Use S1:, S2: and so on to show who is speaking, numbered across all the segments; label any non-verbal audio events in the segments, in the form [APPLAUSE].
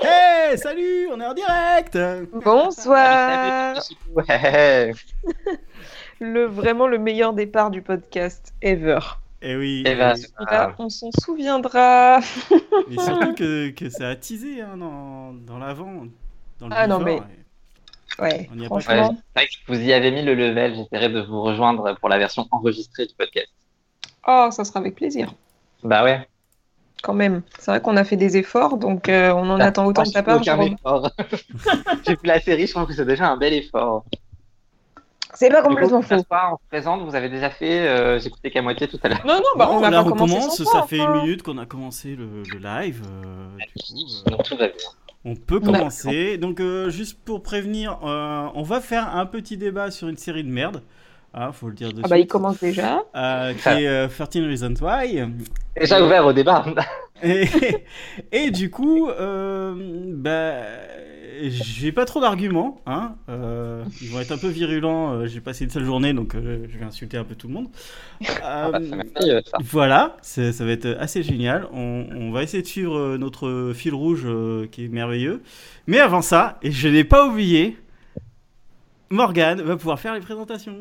S1: Ouais, Eh, salut, on est en direct.
S2: Euh,
S3: Bonsoir.
S2: Ouais.
S3: [LAUGHS] Le vraiment le meilleur départ du podcast ever.
S1: Et oui.
S2: Eh ben,
S1: et-
S2: c'est
S3: Là,
S2: pas
S3: Bah, on s'en souviendra.
S1: Mais surtout que, que ça a teasé hein, dans, dans l'avant, dans le
S3: Ah, non,
S1: before.
S3: Ouais.
S1: On y a pas
S3: Franchement,
S2: vrai que vous y avez mis le level. J'essaierai de vous rejoindre pour la version enregistrée du podcast.
S3: oh, ça sera avec plaisir.
S2: Bah ouais.
S3: Quand même. C'est vrai qu'on a fait des efforts, donc euh, on en
S2: Bah,
S3: attend autant de ta part.
S2: Aucun
S3: Jérôme.
S2: effort. [LAUGHS] J'ai vu la série, je trouve que c'est déjà un bel effort.
S3: C'est pas
S2: Du
S3: complètement
S2: coup, ce
S3: faux.
S2: soir, on se présente, vous avez déjà fait, euh, j'écoutais qu'à moitié tout à l'heure.
S3: Non, non, bah,
S1: Non,
S3: on, va
S1: la
S3: pas commencer
S1: recommence,
S3: sans
S1: ça
S3: toi, hein.
S1: fait
S3: enfin.
S1: une minute qu'on a commencé le, le live. euh, du coup, euh,
S2: Donc tout va bien.
S1: on peut
S3: Bah.
S1: commencer. Donc, euh, juste pour prévenir, euh, on va faire un petit débat sur une série de merde. Ah, faut le dire de
S3: Ah bah,
S1: suite.
S3: il commence déjà.
S1: Euh, qui est euh, 13 Reasons Why.
S2: Déjà ouvert au débat.
S1: Et, [LAUGHS] et du coup, euh, bah, j'ai pas trop d'arguments. Hein euh, ils vont être un peu virulents. euh, j'ai passé une seule journée, donc euh, je vais insulter un peu tout le monde.
S2: Ah bah,
S1: Euh,
S2: c'est merveilleux, ça.
S1: voilà, c'est- ça va être assez génial. On, on va essayer de suivre euh, notre fil rouge euh, qui est merveilleux. Mais avant ça, et je n'ai pas oublié, Morgane va pouvoir faire les présentations.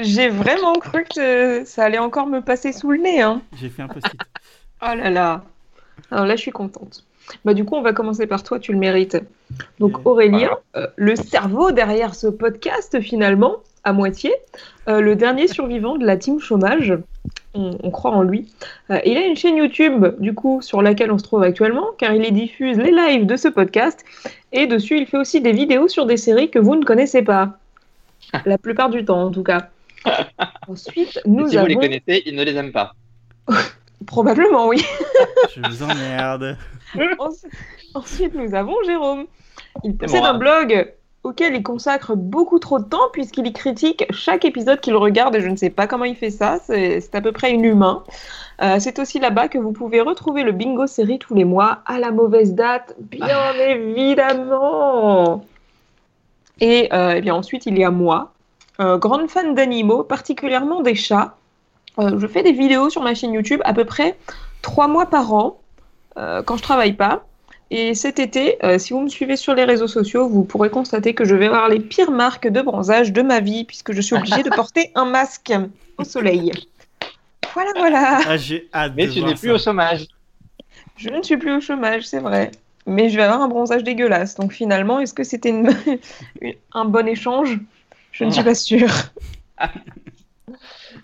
S3: J'ai vraiment cru que euh, ça allait encore me passer sous le nez. Hein.
S1: J'ai fait un post-it.
S3: Oh là là. Alors là, je suis contente. Bah, du coup, on va commencer par toi, tu le mérites. Donc,
S1: Yeah.
S3: Aurélien, euh, le cerveau derrière ce podcast, finalement, à moitié, euh, le
S2: [LAUGHS]
S3: dernier survivant de la team chômage, on, on croit en lui. Euh, il a une chaîne YouTube, du coup, sur laquelle on se trouve actuellement, car il y diffuse les lives de ce podcast, et dessus, il fait aussi des vidéos sur des séries que vous ne connaissez pas.
S2: Ah.
S3: La plupart du temps, en tout
S2: [LAUGHS]
S3: cas. Ensuite, nous
S2: si vous les
S3: avons...
S2: connaissez, ils ne les aiment pas.
S3: Probablement, oui.
S1: Je vous emmerde.
S3: [LAUGHS] Ensuite- Ensuite, nous avons Jérôme. Il possède
S2: moi.
S3: un blog auquel il consacre beaucoup trop de temps puisqu'il y critique chaque épisode qu'il regarde et je ne sais pas comment il fait ça, c'est c'est à peu près inhumain. Euh, c'est aussi là-bas que vous pouvez retrouver le bingo série tous les mois à la mauvaise date, bien évidemment. Et, euh, eh bien ensuite, il y a moi, euh, grande fan d'animaux, particulièrement des chats. Euh, je fais des vidéos sur ma chaîne YouTube à peu près trois mois par an euh, quand je travaille pas. Et cet été, euh, si vous me suivez sur les réseaux sociaux, vous pourrez constater que je vais avoir les pires marques de bronzage de ma vie puisque je suis obligée de porter un masque au soleil. Voilà, voilà.
S1: Ah, j'ai hâte
S2: Mais
S1: de
S2: tu
S1: voir
S2: n'es plus
S1: ça.
S2: au chômage.
S3: Je ne suis plus au chômage, c'est vrai. Mais je vais avoir un bronzage dégueulasse. Donc finalement, est-ce que c'était une- [LAUGHS] une- un bon échange Je ne suis pas sûre.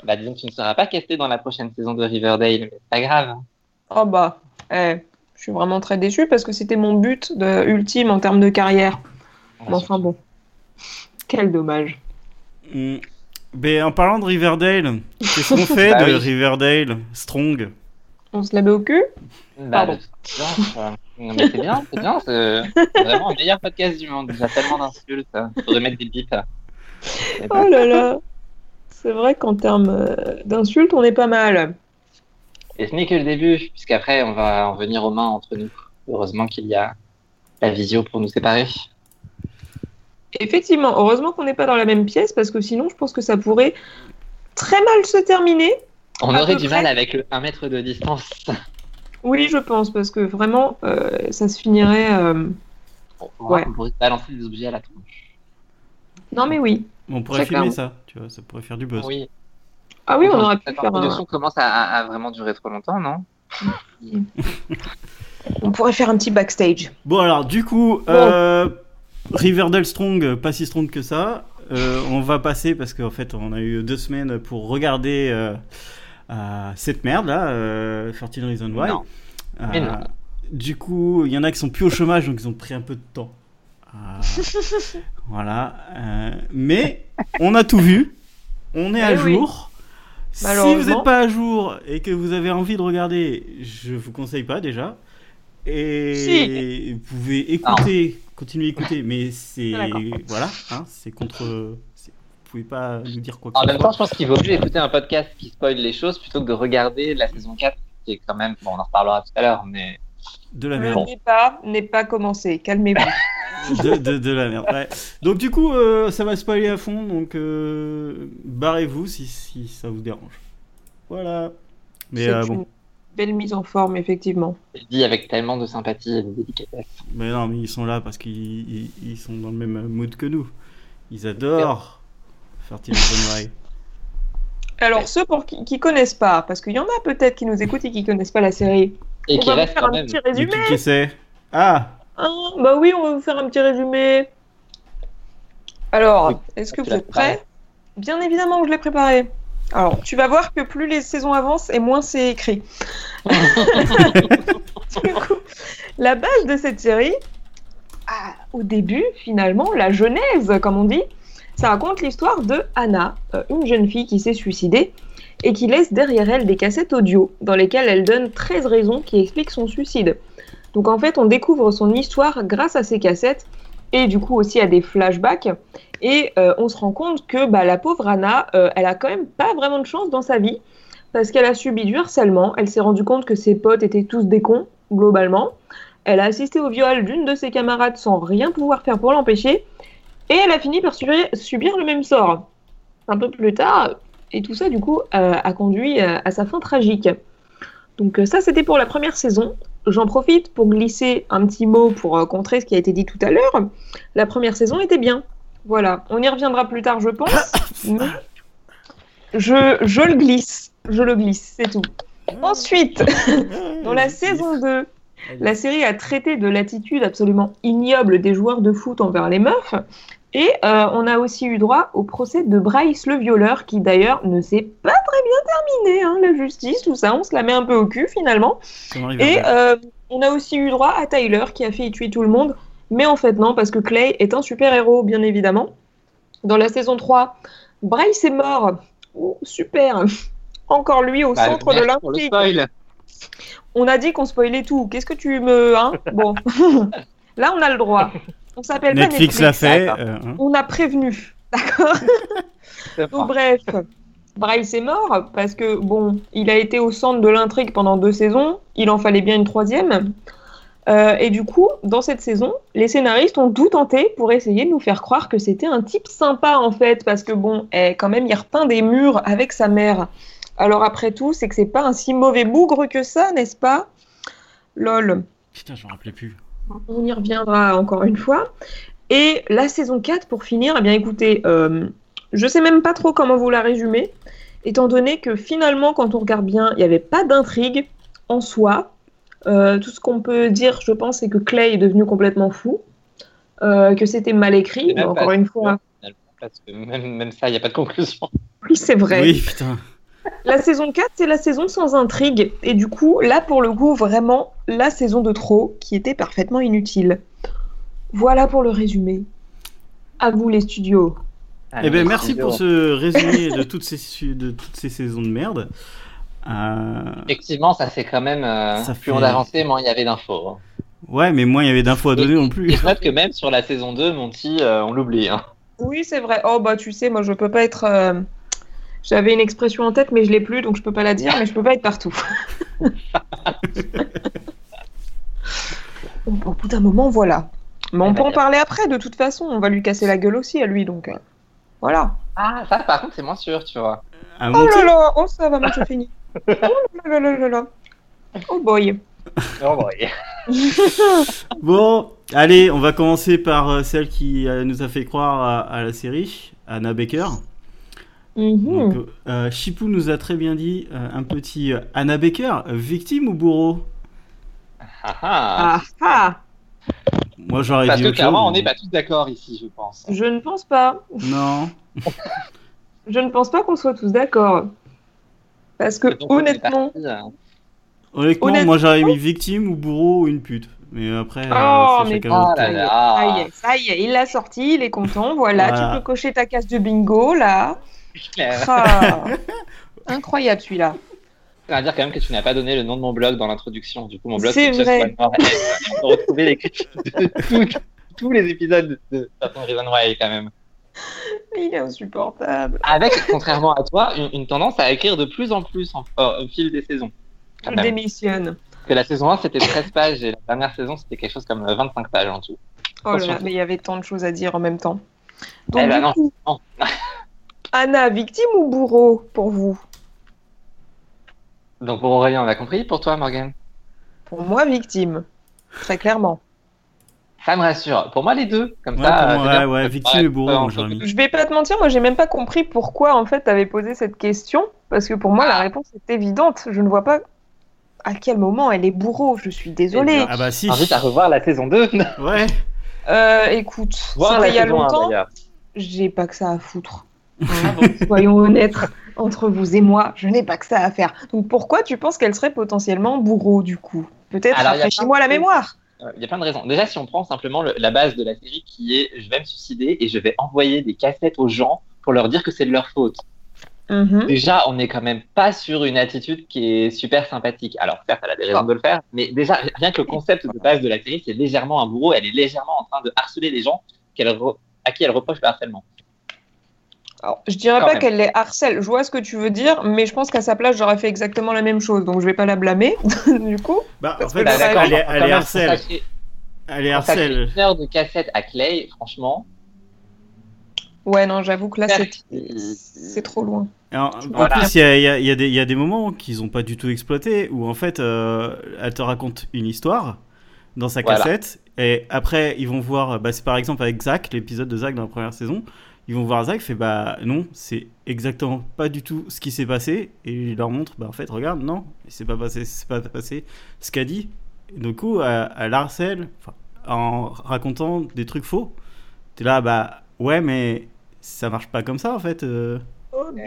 S2: Bah disons que tu ne seras pas casté dans la prochaine saison de Riverdale, mais c'est pas grave. hein.
S3: Oh bah, eh, je suis vraiment très déçue parce que c'était mon but de- ultime en termes de carrière. Mais enfin bon. Quel dommage.
S1: Hmm. Ben, en parlant de Riverdale, qu'est-ce
S2: [LAUGHS]
S1: qu'on fait
S2: Bah
S1: de
S2: oui.
S1: Riverdale Strong
S3: On se la met au cul
S2: Bah,
S3: Pardon.
S2: c'est bien, ça. Non, mais c'est bien, c'est bien, c'est c'est vraiment le meilleur podcast du monde. Il y a tellement d'insultes. hein. Faudrait mettre des bips. Eh ben, Mais bon,
S3: Oh là là C'est vrai qu'en termes euh, d'insultes, on est pas mal.
S2: Et ce n'est que le début, puisqu'après, on va en venir aux mains entre nous. Heureusement qu'il y a la visio pour nous séparer.
S3: Effectivement, heureusement qu'on n'est pas dans la même pièce parce que sinon, je pense que ça pourrait très mal se terminer.
S2: On
S3: À
S2: aurait
S3: peu
S2: du
S3: près.
S2: mal avec le 1 mètre de distance. [LAUGHS]
S3: Oui, je pense, parce que vraiment, euh, ça se finirait. euh,
S2: On
S3: Ouais.
S2: on pourrait se balancer des objets à la tronche.
S3: Non, mais oui.
S1: On pourrait
S3: Très
S1: filmer
S3: clairement.
S1: ça, tu vois, ça pourrait faire du buzz.
S2: Oui,
S3: Ah oui, on aurait pu
S2: Cette
S3: faire un...
S2: introduction commence à, à- à vraiment durer trop longtemps, non
S3: On pourrait faire un petit backstage.
S1: Bon, alors, du coup, euh, Riverdale Strong, euh, pas si strong que ça. Euh, on va passer parce qu'en fait, on a eu deux semaines pour regarder euh, euh, cette merde là, euh, 13 Reasons Why.
S2: Non.
S1: Euh,
S2: Mais non.
S1: Du coup, il y en a qui sont plus au chômage, donc ils ont pris un peu de temps. Ah, voilà. Euh, mais on a tout vu. On est à
S3: Eh oui.
S1: jour. Si vous
S3: Malheureusement.
S1: n'êtes pas à jour et que vous avez envie de regarder, je vous conseille pas déjà. Et vous pouvez écouter, continuer à écouter, mais c'est
S3: Ah, d'accord.
S1: voilà, hein, c'est contre. c'est- Vous pouvez pas nous dire quoi que
S2: En
S1: ce
S2: même
S1: soit.
S2: temps, Ah, je pense qu'il vaut mieux écouter un podcast qui spoil les choses plutôt que de regarder la saison 4, qui est quand même. Bon, on en reparlera tout à l'heure, mais.
S1: de la
S3: [LAUGHS] Le
S1: merde.
S3: débat n'est pas commencé, calmez-vous.
S1: de, de- de la merde. ouais. Donc du coup, euh, ça va spoiler à fond, donc euh, barrez-vous si, si ça vous dérange. Voilà. Mais
S3: C'est
S1: euh,
S3: une
S1: bon,
S3: [LAUGHS] Belle mise en forme, effectivement.
S2: Je dis avec tellement de sympathie et de délicatesse.
S1: Mais non, mais ils sont là parce qu'ils ils- ils sont dans le même mood que nous. Ils adorent faire tirer les
S3: [LAUGHS]
S1: oreilles.
S3: Alors, ceux pour qui, qui connaissent pas, parce qu'il y en a peut-être qui nous écoutent et qui connaissent pas la série,
S2: Et
S3: on
S2: qui
S3: va vous
S2: reste
S3: faire
S2: quand
S3: un
S2: même.
S3: petit
S1: Mais
S3: résumé.
S1: qui qui c'est Ah
S3: hein bah oui, on va vous faire un petit résumé. Alors,
S2: Oui,
S3: est-ce que
S2: tu
S3: vous
S2: l'as
S3: êtes prêts Bien évidemment, je l'ai préparé. Alors, tu vas voir que plus les saisons avancent et moins c'est
S2: [LAUGHS]
S3: écrit. Du coup, la base de cette série, ah, au début, finalement, la genèse, comme on dit, ça raconte l'histoire de Anna, euh, une jeune fille qui s'est suicidée et qui laisse derrière elle des cassettes audio dans lesquelles elle donne 13 raisons qui expliquent son suicide. Donc en fait, on découvre son histoire grâce à ces cassettes et du coup aussi à des flashbacks. Et euh, on se rend compte que bah, la pauvre Anna, euh, elle a quand même pas vraiment de chance dans sa vie parce qu'elle a subi du harcèlement. Elle s'est rendue compte que ses potes étaient tous des cons, globalement. Elle a assisté au viol d'une de ses camarades sans rien pouvoir faire pour l'empêcher. Et elle a fini par subir, subir le même sort. Un peu plus tard, et tout ça, du coup, euh, a conduit euh, à sa fin tragique. Donc euh, ça, c'était pour la première saison. J'en profite pour glisser un petit mot pour euh, contrer ce qui a été dit tout à l'heure. La première saison était bien. Voilà, on y reviendra plus tard, je pense. mais je, je le glisse. Je le glisse, c'est tout. Ensuite, dans la saison 2, la série a traité de l'attitude absolument ignoble des joueurs de foot envers les meufs. Et euh, on a aussi eu droit au procès de Bryce le violeur, qui d'ailleurs ne s'est pas très bien terminé. hein, la justice, tout ça, on se la met un peu au cul finalement. Et euh, on a aussi eu droit à Tyler, qui a fait tuer tout le monde. Mais en fait, non, parce que Clay est un super-héros, bien évidemment. Dans la saison 3, Bryce est mort. Oh, super [LAUGHS] Encore lui au
S2: Bah,
S3: centre de
S2: merci pour le
S3: l'intrigue.
S2: spoil.
S3: On a dit qu'on spoilait tout. Qu'est-ce que tu me. Hein bon. [LAUGHS] Là, on a le droit. On s'appelle pas
S1: Netflix l'a fait.
S2: d'accord.
S1: euh, hein.
S3: On a prévenu. Donc, bref, Bryce est mort parce que, bon, il a été au centre de l'intrigue pendant deux saisons. Il en fallait bien une troisième. Euh, et du coup, dans cette saison, les scénaristes ont tout tenté pour essayer de nous faire croire que c'était un type sympa en fait, parce que bon, eh, quand même, il repeint des murs avec sa mère. Alors après tout, c'est que c'est pas un si mauvais bougre que ça, n'est-ce pas Lol.
S1: Putain, je me rappelais plus.
S3: On y reviendra encore une fois. Et la saison 4, pour finir, eh bien écoutez, euh, je sais même pas trop comment vous la résumer, étant donné que finalement, quand on regarde bien, il n'y avait pas d'intrigue en soi. Euh, tout ce qu'on peut dire, je pense, c'est que Clay est devenu complètement fou, euh, que c'était mal écrit,
S2: C'est
S3: mais
S2: même
S3: encore
S2: pas
S3: une
S2: sûr.
S3: fois, [LAUGHS]
S2: Parce que même, même ça, il n'y a pas de conclusion.
S1: Eh
S3: oui, c'est vrai.
S1: Oui, putain.
S3: La saison 4, c'est la saison sans intrigue. Et du coup, là, pour le coup, vraiment, la saison de trop, qui était parfaitement inutile. Voilà pour le résumé. À vous, les studios.
S1: Eh ben, merci pour ce résumé de toutes ces, su- de toutes ces saisons de merde. Euh,
S2: Effectivement, ça fait quand même. euh,
S1: Ça
S2: plus
S1: fait-
S2: on avançait, moins il y avait d'infos. hein.
S1: Ouais, mais moi, il y avait d'infos à donner non
S2: Et
S1: plus.
S2: je note que même sur la saison 2, Monty, euh, on l'oublie. hein.
S3: Oui, c'est vrai. Oh, bah, tu sais, moi, je peux pas être. euh, J'avais une expression en tête, mais je l'ai plus, donc je peux pas la dire, mais je peux pas être partout. Bon, [LAUGHS] au bout d'un moment, voilà. Mais on peut en parler après, de toute façon. On va lui casser la gueule aussi, à lui, donc. euh, Voilà.
S2: Ah, ça, par contre, c'est moins sûr, tu vois.
S1: À
S3: Oh
S1: monter.
S3: là là, oh ça va, moi je finis. [LAUGHS] Oh là là là là là. Oh boy.
S2: Non, bon, [LAUGHS] et-
S1: Bon, allez, on va commencer par euh, celle qui euh, nous a fait croire à, à la série, Anna Baker.
S3: Mhm.
S1: Donc, euh, euh, Chipou nous a très bien dit euh, un petit euh, Anna Baker, euh, victime ou bourreau
S2: Ah,
S3: Ah
S2: ah.
S3: ah,
S1: Moi, j'aurais
S2: Parce
S1: dit
S2: que
S1: autre
S2: clairement, on
S1: chose,
S2: n'est
S1: mais-
S2: pas tous d'accord ici, je pense.
S3: je ne pense pas.
S1: Non.
S3: Je ne pense pas qu'on soit tous d'accord. Parce que
S2: Donc, on est
S3: honnêtement,
S2: parti, euh,
S1: Honnêtement,
S3: Honnêtement-
S1: moi, j'aurais mis victime ou bourreau ou une pute. Mais après, euh,
S3: Oh,
S1: c'est
S3: mais
S1: chacun
S2: oh
S1: votre
S2: là
S1: tour.
S2: là.
S3: ça y est, ça y est, il l'a sorti, il est content. Voilà,
S1: Voilà.
S2: Ah.
S3: tu peux cocher ta case de bingo là.
S2: clair. [LAUGHS]
S3: Ah. Incroyable celui-là.
S2: Je tiens à dire quand même que tu n'as pas donné le nom de mon blog dans l'introduction. Du coup, mon blog,
S3: C'est
S2: Just
S3: vrai.
S2: One More Egg. On peut retrouver les critiques de tout- tous les épisodes de Certain Reason Why, quand même.
S3: Il est insupportable.
S2: Avec, contrairement à toi, une, une tendance à écrire de plus en plus en- euh, au- au fil des saisons. Quand
S3: Je
S2: même.
S3: démissionne.
S2: Parce que la saison 1, c'était 13 pages et la dernière saison, c'était quelque chose comme 25 pages en tout.
S3: Oh là là, mais il y avait tant de choses à dire en même temps.
S2: Eh
S3: Donc,
S2: ben
S3: du
S2: non,
S3: coup,
S2: non. [LAUGHS]
S3: Anna, victime ou bourreau pour vous
S2: Donc pour Aurélien, on a compris. Pour toi, Morgan
S3: Pour moi, victime. Très clairement.
S2: Ça me rassure. Pour moi, les deux. Comme
S1: Ouais,
S2: ça.
S1: pour moi,
S2: euh, c'est
S1: ouais,
S2: bien.
S1: ouais,
S2: Ça
S1: victime
S2: paraît
S1: et bourreau,
S2: pas
S1: moi, j'aurais
S2: entre-
S1: mis.
S3: Je vais pas te mentir, moi j'ai même pas compris pourquoi en fait t'avais posé cette question parce que pour moi la réponse est évidente. Je ne vois pas à quel moment elle est bourreau. Je suis
S2: Eh
S3: désolée.
S1: Ah bah si.
S2: Invite à revoir la saison 2.
S1: Ouais.
S3: Euh, écoute,
S2: [LAUGHS] Voir
S3: c'était
S2: la
S3: il y a
S2: saison 1
S3: longtemps. Ah
S2: d'ailleurs.
S3: J'ai pas que ça à foutre. Soyons honnêtes entre vous et moi, je n'ai pas que ça à faire. Donc pourquoi tu penses qu'elle serait potentiellement bourreau du coup Peut-être
S2: Alors, il y a
S3: rafraîchis-moi
S2: plein
S3: la
S2: de-
S3: mémoire.
S2: Ouais, Il Euh, y a plein de raisons. Déjà, si on prend simplement le- la base de la série qui est je vais me suicider et je vais envoyer des cassettes aux gens pour leur dire que c'est de leur faute.
S3: Mhm.
S2: Déjà, on n'est quand même pas sur une attitude qui est super sympathique. Alors, certes, elle a des raisons de le faire, mais déjà, rien que le concept de base de la série, c'est légèrement un bourreau. Elle est légèrement en train de harceler les gens qu'elle re- à qui elle reproche le harcèlement.
S3: Alors, je dirais
S2: Quand
S3: pas
S2: même.
S3: qu'elle les harcèle. Je vois ce que tu veux dire, mais je pense qu'à sa place j'aurais fait exactement la même chose. Donc je vais pas la blâmer [LAUGHS] du coup.
S1: Bah, en
S3: Parce
S1: fait, elle,
S3: que la-
S1: est-
S3: d'accord,
S1: elle est-
S2: quand
S1: elle
S2: même,
S1: est harcèle.
S2: consacrer-
S1: Elle est
S2: consacrer
S1: harcèle.
S2: Une heure de cassette à Clay, franchement.
S3: Ouais, non, j'avoue que là, c'est
S2: Merci.
S3: c'est trop loin.
S1: Alors, en
S2: Voilà.
S1: plus, il y a, il y a- il y a des- il y a des moments qu'ils n'ont pas du tout exploité, où en fait, euh, elle te raconte une histoire dans sa
S2: Voilà.
S1: cassette, et après, ils vont voir, bah, c'est par exemple avec Zach, l'épisode de Zach dans la première saison, ils vont voir Zach, fait bah non, c'est exactement pas du tout ce qui s'est passé, et il leur montre, bah en fait, regarde, non, c'est pas passé, c'est pas passé ce qu'a dit. Et du coup, elle, elle harcèle, enfin, en racontant des trucs faux. T'es là, bah ouais, mais ça marche pas comme ça en fait. euh.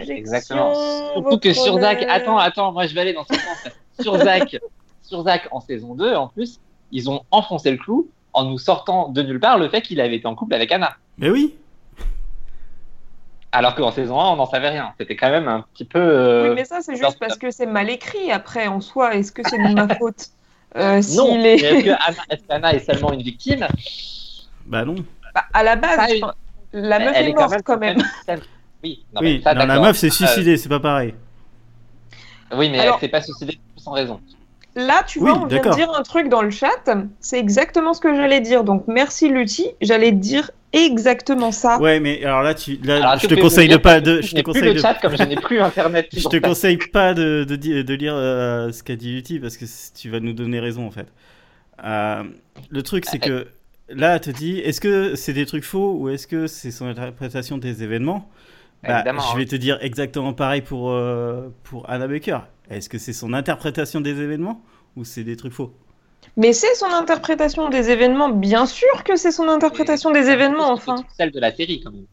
S2: Exactement. Surtout que sur Zach, attends, attends, moi je vais aller dans ce sens. sur [LAUGHS] Zach, sur Zach, en saison 2, en plus, ils ont enfoncé le clou en nous sortant de nulle part le fait qu'il avait été en couple avec Anna.
S1: Mais oui!
S2: Alors qu'en saison 1, on n'en savait rien. C'était quand même un petit peu. euh,
S3: Oui, mais ça, c'est
S2: genre-
S3: juste parce que c'est mal écrit après en soi. Est-ce que c'est de ma faute Euh, s'il
S2: Non, mais
S3: est-
S2: est-ce que Anna, est-ce qu'Anna est seulement une victime
S1: Bah non.
S3: [LAUGHS] Bah, à la base,
S2: Ça, oui.
S3: enfin, la meuf
S2: Elle
S3: est,
S2: est quand
S3: morte
S2: même.
S3: quand même.
S2: certaine- Oui, non,
S1: oui,
S2: mais ça,
S1: non, la
S2: d'accord. Euh,
S1: meuf s'est suicidée, c'est pas pareil.
S2: Oui, mais
S3: Alors-
S2: elle s'est pas suicidée sans raison.
S3: Là, tu
S1: Oui,
S3: vois, on vient de
S1: d'accord.
S3: dire un truc dans le chat. C'est exactement ce que j'allais dire. Donc, merci Lutti. J'allais dire exactement ça.
S1: Ouais, mais alors là, tu, là,
S2: Alors,
S1: je
S2: est-ce
S1: te
S2: que vous
S1: conseille de
S2: pouvez
S1: pas,
S2: me dire
S1: de,
S2: que
S1: je te
S2: n'ai plus
S1: conseille
S2: le
S1: de,
S2: chat comme je n'ai plus internet.
S1: [LAUGHS]
S2: Bah,
S1: je te conseille pas de, de, di- de lire euh, ce qu'a dit Lutti parce que c- tu vas nous donner raison en fait. Euh, le truc, c'est que là, elle te dit, est-ce que c'est des trucs faux ou est-ce que c'est son interprétation des événements Bah,
S2: Évidemment,
S1: je vais
S2: hein.
S1: te dire exactement pareil pour, euh, pour Anna Baker. Est-ce que c'est son interprétation des événements ou c'est des trucs faux
S3: Mais c'est son interprétation des événements. Bien sûr que c'est son interprétation des événements, enfin.
S2: Celle de la série, quand même.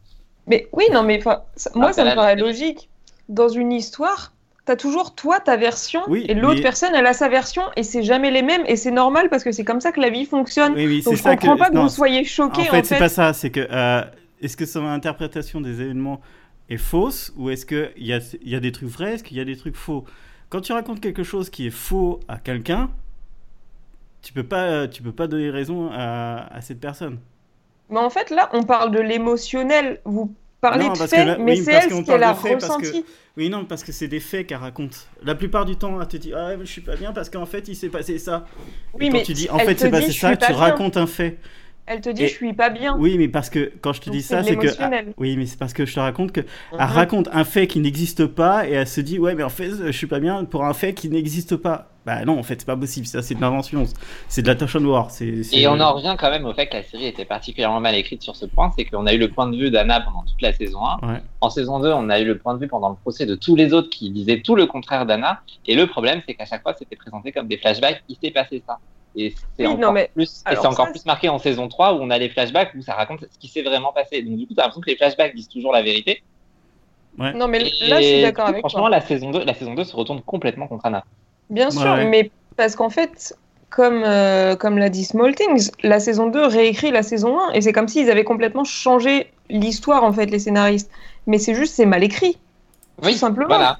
S3: Mais oui, non, mais enfin, ça-
S2: Ah,
S3: moi, ça
S2: t'as
S3: me
S2: la-
S3: paraît logique. Dans une histoire, t'as toujours toi ta version
S1: Oui,
S3: et l'autre
S1: mais-
S3: personne, elle a sa version et c'est jamais les mêmes et c'est normal parce que c'est comme ça que la vie fonctionne.
S1: Oui, oui,
S3: Donc
S1: c'est
S3: je
S1: ça que.
S3: comprends pas que
S1: non,
S3: vous soyez choqués
S1: en fait, c'est pas ça. C'est que euh, est-ce que son interprétation des événements est fausse ou est-ce qu'il y a, il y a des trucs vrais, est-ce qu'il y a des trucs faux Quand tu racontes quelque chose qui est faux à quelqu'un, tu peux pas, tu peux pas donner raison à, à cette personne.
S3: Mais en fait, là, on parle de l'émotionnel. Vous parlez
S1: Non,
S3: de
S1: parce
S3: fait,
S1: que là-
S3: mais
S1: oui,
S3: c'est
S1: parce
S3: elle
S1: qu'on
S3: ce qu'elle a
S1: parle de fait, parce que-
S3: ressenti.
S1: Oui, non, parce que c'est des faits qu'elle raconte. La plupart du temps, elle te dit ah, mais je suis pas bien parce qu'en fait il s'est passé ça.
S3: Oui,
S1: Et quand
S3: mais
S1: tu dis en
S3: elle
S1: fait
S3: te
S1: c'est
S3: dit,
S1: passé
S3: je
S1: ça,
S3: suis pas
S1: tu
S3: bien.
S1: racontes un fait.
S3: Elle te dit,
S1: Et-
S3: je suis pas bien.
S1: Oui, mais parce que quand je te
S3: Donc,
S1: dis
S3: c'est
S1: ça,
S3: de
S1: c'est que ah,
S3: l'émotionnel.
S1: oui, mais c'est parce que je te raconte que
S3: Mhm.
S1: Elle raconte un fait qui n'existe pas et elle se dit ouais mais en fait je suis pas bien pour un fait qui n'existe pas. Bah non en fait c'est pas possible ça c'est de l'invention c'est de la touch and war c'est. c'est- [LAUGHS]
S2: Et on en revient quand même au fait que la série était particulièrement mal écrite sur ce point, c'est qu'on a eu le point de vue d'Anna pendant toute la saison 1.
S1: Ouais.
S2: En saison 2, on a eu le point de vue pendant le procès de tous les autres qui disaient tout le contraire d'Anna. Et le problème, c'est qu'à chaque fois, c'était présenté comme des flashbacks, il s'est passé ça. Et c'est
S3: Oui, non,
S2: encore,
S3: mais-
S2: plus, et
S3: alors
S2: c'est encore
S3: ça,
S2: plus marqué en saison 3 où on a les flashbacks où ça raconte ce qui s'est vraiment passé. Donc du coup, t'as l'impression que les flashbacks disent toujours la vérité.
S3: Non, mais
S2: Et
S3: là, je suis d'accord avec toi.
S2: Franchement, la saison 2, la saison 2 se retourne complètement contre Anna.
S3: Bien
S1: Ouais,
S3: sûr,
S1: ouais.
S3: mais parce qu'en fait, comme, euh, comme l'a dit Small Things, la saison 2 réécrit la saison 1 et c'est comme s'ils avaient complètement changé l'histoire en fait, les scénaristes. Mais c'est juste, c'est mal écrit.
S2: Oui,
S3: simplement.
S2: Voilà.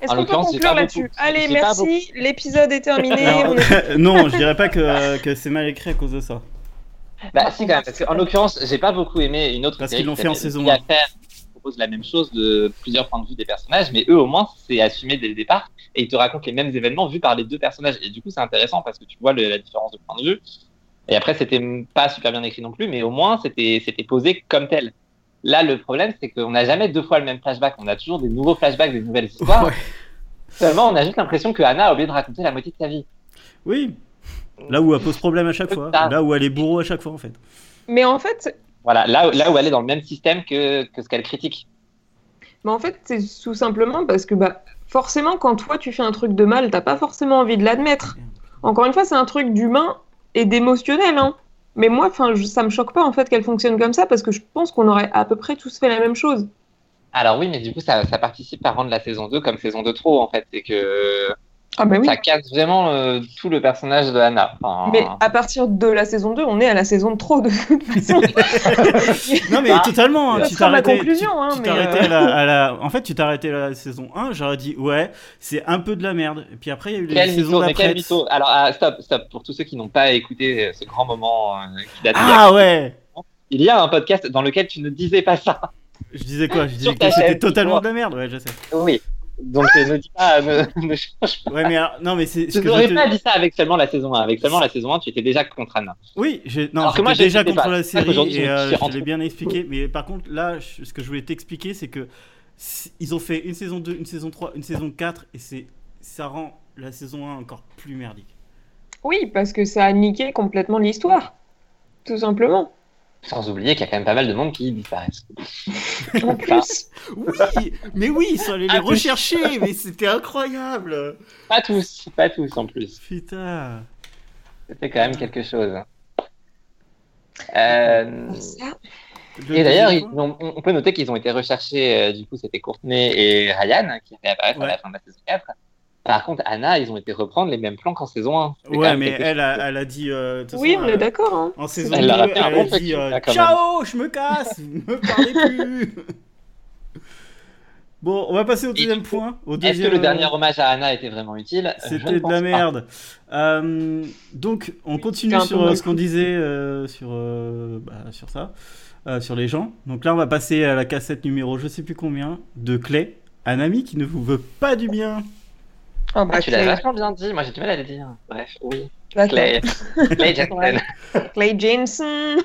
S3: Est-ce qu'on
S2: En
S3: peut
S2: l'occurrence, j'ai
S3: conclure
S2: pas
S3: là-dessus
S2: beaucoup-
S3: Allez,
S2: j'ai pas
S3: merci, l'épisode
S1: [LAUGHS]
S3: est terminé.
S1: Alors,
S3: on est-
S1: non je dirais pas que, que c'est mal écrit à cause de ça.
S2: Bah, si, quand même, parce qu'en l'occurrence, j'ai pas beaucoup aimé une autre
S1: Parce
S2: série
S1: qu'ils l'ont
S2: qui
S1: fait en
S2: s'appelle
S1: saison
S2: Qui a
S1: un.
S2: fait- qui propose la même chose de plusieurs points de vue des personnages, mais eux, au moins, c'est assumé dès le départ et ils te racontent les mêmes événements vus par les deux personnages. Et du coup, c'est intéressant parce que tu vois le- la différence de point de vue. Et après, c'était m- pas super bien écrit non plus, mais au moins, c'était c'était posé comme tel. Là, le problème, c'est qu'on n'a jamais deux fois le même flashback. On a toujours des nouveaux flashbacks, des nouvelles
S1: [LAUGHS]
S2: histoires.
S1: Ouais.
S2: Seulement, on a juste l'impression que Anna a oublié de raconter la moitié de sa vie.
S1: Oui. Là où elle pose problème à chaque fois.
S2: Ah.
S1: Là où elle est bourreau à chaque fois, en fait.
S3: Mais en fait,
S2: Voilà, là, là où elle est dans le même système que, que ce qu'elle critique.
S3: mais en fait c'est tout simplement parce que bah, forcément, quand toi tu fais un truc de mal, t'as pas forcément envie de l'admettre. Encore une fois, c'est un truc d'humain et d'émotionnel. hein. Mais moi, enfin, je- ça me choque pas en fait qu'elle fonctionne comme ça parce que je pense qu'on aurait à peu près tous fait la même chose.
S2: Alors oui, mais du coup, ça, ça participe à rendre la saison 2 comme saison 2 trop, en fait. C'est que
S3: Ah bah oui.
S2: ça casse vraiment euh, tout le personnage de Anna.
S1: Ah.
S2: Enfin,
S3: Mais à partir de la saison 2, on est à la saison de trop de toute façon.
S1: [LAUGHS] Non, mais
S2: Ah,
S1: totalement. hein,
S3: ça
S1: tu
S3: sera ma
S1: t'arrêtais-
S3: conclusion,
S1: tu-
S3: hein,
S1: tu
S3: mais,
S1: t'arrêtais
S3: euh,
S1: à la- à la- En fait, tu t'arrêtais à la saison 1, j'aurais dit, ouais, c'est un peu de la merde. Et puis après, il y a eu la
S2: Quel
S1: saison
S2: mytho, mais
S1: d'après.
S2: quel mytho Alors, ah, stop, stop. Pour tous ceux qui n'ont pas écouté euh, ce grand moment euh, qui date d'il y a-
S1: Ah ouais
S2: il y a un podcast dans lequel tu ne disais pas ça.
S1: Je disais quoi Je disais
S2: Sur ta
S1: que c'était
S2: chaîne,
S1: totalement
S2: dis-moi.
S1: de la merde, ouais, je sais.
S2: Oui. Donc, euh, ne dis pas, ne, ne change pas.
S1: Ouais, mais alors, non, mais c'est
S2: Tu
S1: ce que
S2: n'aurais
S1: je te-
S2: pas dit ça avec seulement la saison 1. Avec seulement la saison 1, tu étais déjà contre Anna.
S1: Oui, j'ai non,
S2: Alors que moi,
S1: j'étais
S2: je
S1: déjà
S2: sais
S1: contre
S2: pas.
S1: la
S2: C'est vrai
S1: série
S2: qu'aujourd'hui,
S1: et
S2: on
S1: euh,
S2: s'y
S1: je te
S2: rentre.
S1: l'ai bien expliqué. Mais par contre, là, je- ce que je voulais t'expliquer, c'est que si- ils ont fait une saison 2, une saison 3, une saison 4 et c'est ça rend la saison 1 encore plus merdique.
S3: Oui, parce que ça a niqué complètement l'histoire. Tout simplement.
S2: Sans oublier qu'il y a quand même pas mal de monde qui disparaissent.
S1: Bah,
S3: En plus.
S1: Oui, mais oui, ils sont allés les
S2: Ah, oui.
S1: rechercher, mais c'était incroyable.
S2: Pas tous, pas tous en plus.
S1: Putain.
S2: C'était quand même quelque chose. hein. Euh,
S3: Ça,
S1: Le
S2: et d'ailleurs, ils
S1: deuxième
S2: ont- on peut noter qu'ils ont été recherchés, euh, du coup, c'était Courtenay et Ryan hein, qui réapparaissent
S1: Ouais.
S2: à la fin de la saison 4. Par contre, Anna, ils ont été reprendre les mêmes plans qu'en saison 1.
S1: point- ouais, mais elle a, elle a dit. euh, de toute
S3: oui,
S1: façon,
S3: on est
S1: euh,
S3: d'accord. hein.
S1: En saison 2,
S2: Elle
S1: elle
S2: leur a fait un bon
S1: a dit
S2: petit
S1: euh,
S2: là, quand même.
S1: Ciao, je me casse, ne me parlez plus. [LAUGHS] Bon, on va passer au deuxième
S2: du coup,
S1: point. Au
S2: Est-ce que
S1: deuxième... euh,
S2: le dernier hommage à Anna était vraiment utile Je ne
S1: C'était de
S2: pense
S1: la
S2: pas.
S1: merde. Euh, donc, on continue
S3: C'était un
S1: sur
S3: peu
S1: euh,
S3: mal
S1: ce qu'on disait euh, sur, euh, bah, sur ça, euh, sur les gens. Donc là, on va passer à la cassette numéro je sais plus combien de Clé, un ami qui ne vous veut pas du bien.
S3: Ah,
S2: Ah,
S3: bah,
S2: tu l'as
S3: Clay-
S2: vachement bien dit, moi j'ai du mal à le dire. Bref, oui.
S3: d'accord.
S2: Clay, Clay Jensen.
S3: Ouais. Clay Jensen.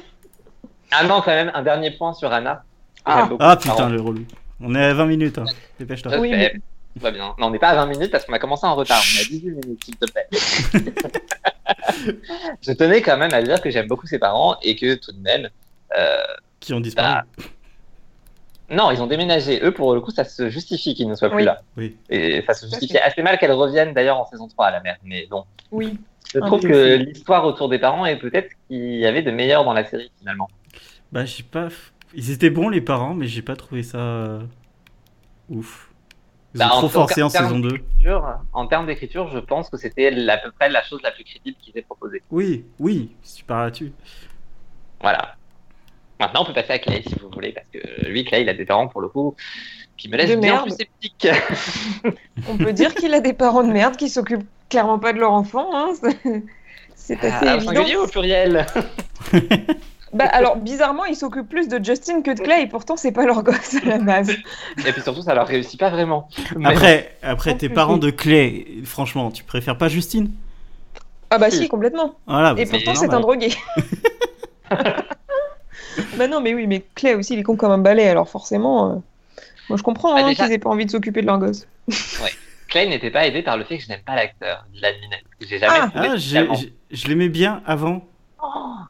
S2: Ah non, quand même, un dernier point sur Anna. que
S3: Ah.
S2: j'aime beaucoup.
S1: Ah putain,
S2: Pardon. Euh,
S1: le relou. On est à 20 minutes, hein. dépêche-toi.
S2: Je
S3: Oui,
S2: sais.
S3: mais-
S2: Tout va bien. Non, on n'est pas à 20 minutes parce qu'on a commencé en retard. On est à 18 minutes, s'il te plaît. je tenais quand même à dire que j'aime beaucoup ses parents et que tout de même. euh,
S1: Qui ont disparu.
S2: Non, ils ont déménagé. Eux, pour le coup, ça se justifie qu'ils ne soient plus
S3: Oui.
S2: là.
S1: Oui.
S2: Et ça se justifie assez mal qu'elles reviennent d'ailleurs en saison 3 à la mer. Mais bon,
S3: Oui.
S2: je
S3: Ah,
S2: trouve
S3: oui,
S2: que
S3: aussi.
S2: l'histoire autour des parents est peut-être ce qu'il y avait de meilleur dans la série finalement.
S1: Bah, j'ai pas. Ils étaient bons, les parents, mais j'ai pas trouvé ça. euh, Ouf. Ils
S2: Bah,
S1: ont
S2: en
S1: trop
S2: tout
S1: forcé
S2: cas,
S1: en
S2: en termes-
S1: saison 2.
S2: Sur- En termes d'écriture, je pense que c'était à peu près la chose la plus crédible qu'ils aient proposée.
S1: Oui, oui, si tu parles là-dessus.
S2: Voilà. Maintenant, on peut passer à Clay si vous voulez, parce que lui, Clay, il a des parents pour le coup qui me laissent
S3: De
S2: bien
S3: merde.
S2: plus sceptique.
S3: On peut dire qu'il a des parents de merde qui s'occupent clairement pas de leur enfant. hein. [LAUGHS] C'est- C'est assez
S2: [LAUGHS] Ah, au
S3: évident.
S2: singulier ou au pluriel
S3: Bah, alors, bizarrement, ils s'occupent plus de Justin que de Clay, et pourtant, c'est pas leur gosse à la base.
S2: Et puis surtout, ça leur réussit pas vraiment. Mais-
S1: Après, après tes
S3: plus,
S1: parents
S3: oui.
S1: de clé, franchement, tu préfères pas Justine
S3: Ah, bah
S2: Si.
S3: si, complètement.
S1: Voilà.
S3: Et
S1: bah,
S3: pourtant, c'est un
S1: normal. [LAUGHS]
S3: drogué. bah non, mais oui, mais Clay aussi, il est con comme un balai, alors forcément. euh, Moi, je comprends
S2: Bah,
S3: hein,
S2: déjà-
S3: qu'ils aient pas envie de s'occuper de leur gosse.
S2: Clay n'était pas aidé par le fait que je n'aime pas l'acteur, Dylan Minnette. que J'ai jamais
S3: Ah.
S2: trouvé
S1: Ah, j'ai-
S2: spécialement.
S1: j'ai- je l'aimais bien avant.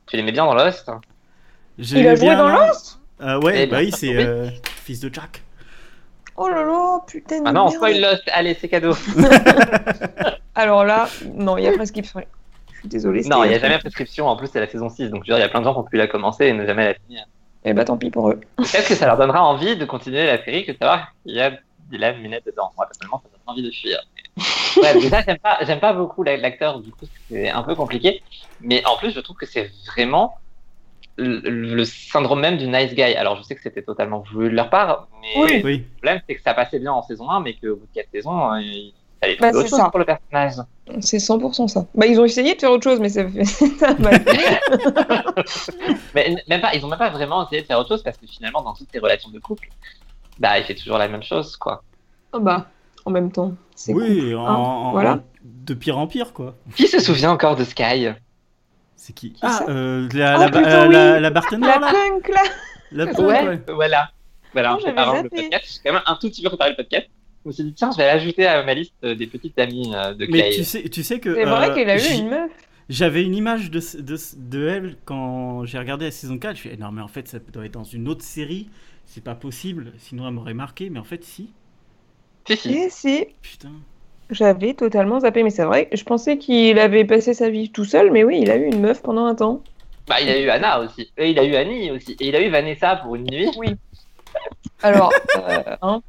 S2: Tu l'aimais bien dans Lost hein.
S3: Oh,
S1: Je
S3: Il a
S1: l'aimais
S3: joué
S1: bien
S3: dans
S1: avant.
S3: Lance
S1: Euh, Ouais,
S2: Eh
S1: bah
S2: bien,
S1: oui, c'est
S2: oui.
S1: euh, fils de Jack.
S3: Oh là là, putain de
S2: Maintenant, on
S3: merde.
S2: Ah spoil Lost. Allez, c'est cadeau.
S3: Alors là, non, il y a presque ferait. Je suis désolée.
S2: non, il
S3: c'était-
S2: n'y a jamais prescription. En plus, c'est la saison 6. Donc, je veux dire, il y a plein de gens qui ont pu la commencer et ne jamais la finir.
S3: Eh bah, tant pis pour eux.
S2: Peut-être que ça leur donnera envie de continuer la série que de savoir qu'il y a Dylan Minnette dedans. Moi, personnellement, ça me donne envie de
S3: [LAUGHS]
S2: fuir. Ouais, déjà, j'aime pas, j'aime pas beaucoup la- l'acteur, du coup, c'est un peu compliqué. Mais en plus, je trouve que c'est vraiment le, le syndrome même du nice guy. Alors, je sais que c'était totalement voulu de leur part, mais
S3: Oui.
S1: Oui.
S2: le problème, c'est que ça passait bien en saison 1, mais qu'au bout de 4 saisons, euh, il fallait
S3: Bah,
S2: trouver autre
S3: c'est
S2: chose
S3: ça.
S2: pour le personnage.
S3: C'est 100% ça. Bah, ils ont essayé de faire autre chose, mais ça fait. [LAUGHS] ça a mal fait.
S2: Mais n- même pas, ils ont même pas vraiment essayé de faire autre chose parce que finalement, dans toutes tes relations de couple, bah, il fait toujours la même chose, quoi.
S3: Ah bah, en même temps. C'est cool.
S1: Oui, en, en-
S3: voilà.
S1: de pire en pire, quoi.
S2: Qui se souvient encore de Sky
S1: C'est qui,
S3: ça
S1: Ah, euh, la,
S3: Oh,
S1: la,
S3: putain,
S1: la-
S3: oui.
S1: la- la bartender,
S3: La
S1: là
S3: punk, là
S1: La
S2: Ouais,
S1: ouais.
S2: voilà. Voilà,
S3: Non,
S2: en
S3: j'avais
S2: préparant le
S3: zappé.
S2: podcast, j'ai quand même un tout petit peu préparé le podcast. Je me suis dit, tiens, je vais l'ajouter à ma liste euh, des petites amies euh, de
S1: Mais
S2: Clay.
S1: tu sais, tu sais que.
S3: C'est vrai
S1: euh,
S3: qu'il a eu
S1: j'-
S3: une meuf.
S1: J'avais une image de, de, de elle quand j'ai regardé la saison 4. Je suis non, mais en fait, ça doit être dans une autre série. C'est pas possible. Sinon, elle m'aurait marqué. Mais en fait, si.
S2: Si, si.
S3: Si, si,
S1: Putain.
S3: j'avais totalement zappé, mais c'est vrai. Je pensais qu'il avait passé sa vie tout seul, mais oui, il a eu une meuf pendant un temps.
S2: Bah, il a eu Anna aussi. Et il a eu Annie aussi. Et il a eu Vanessa pour une nuit.
S3: Alors, euh, [LAUGHS] hein,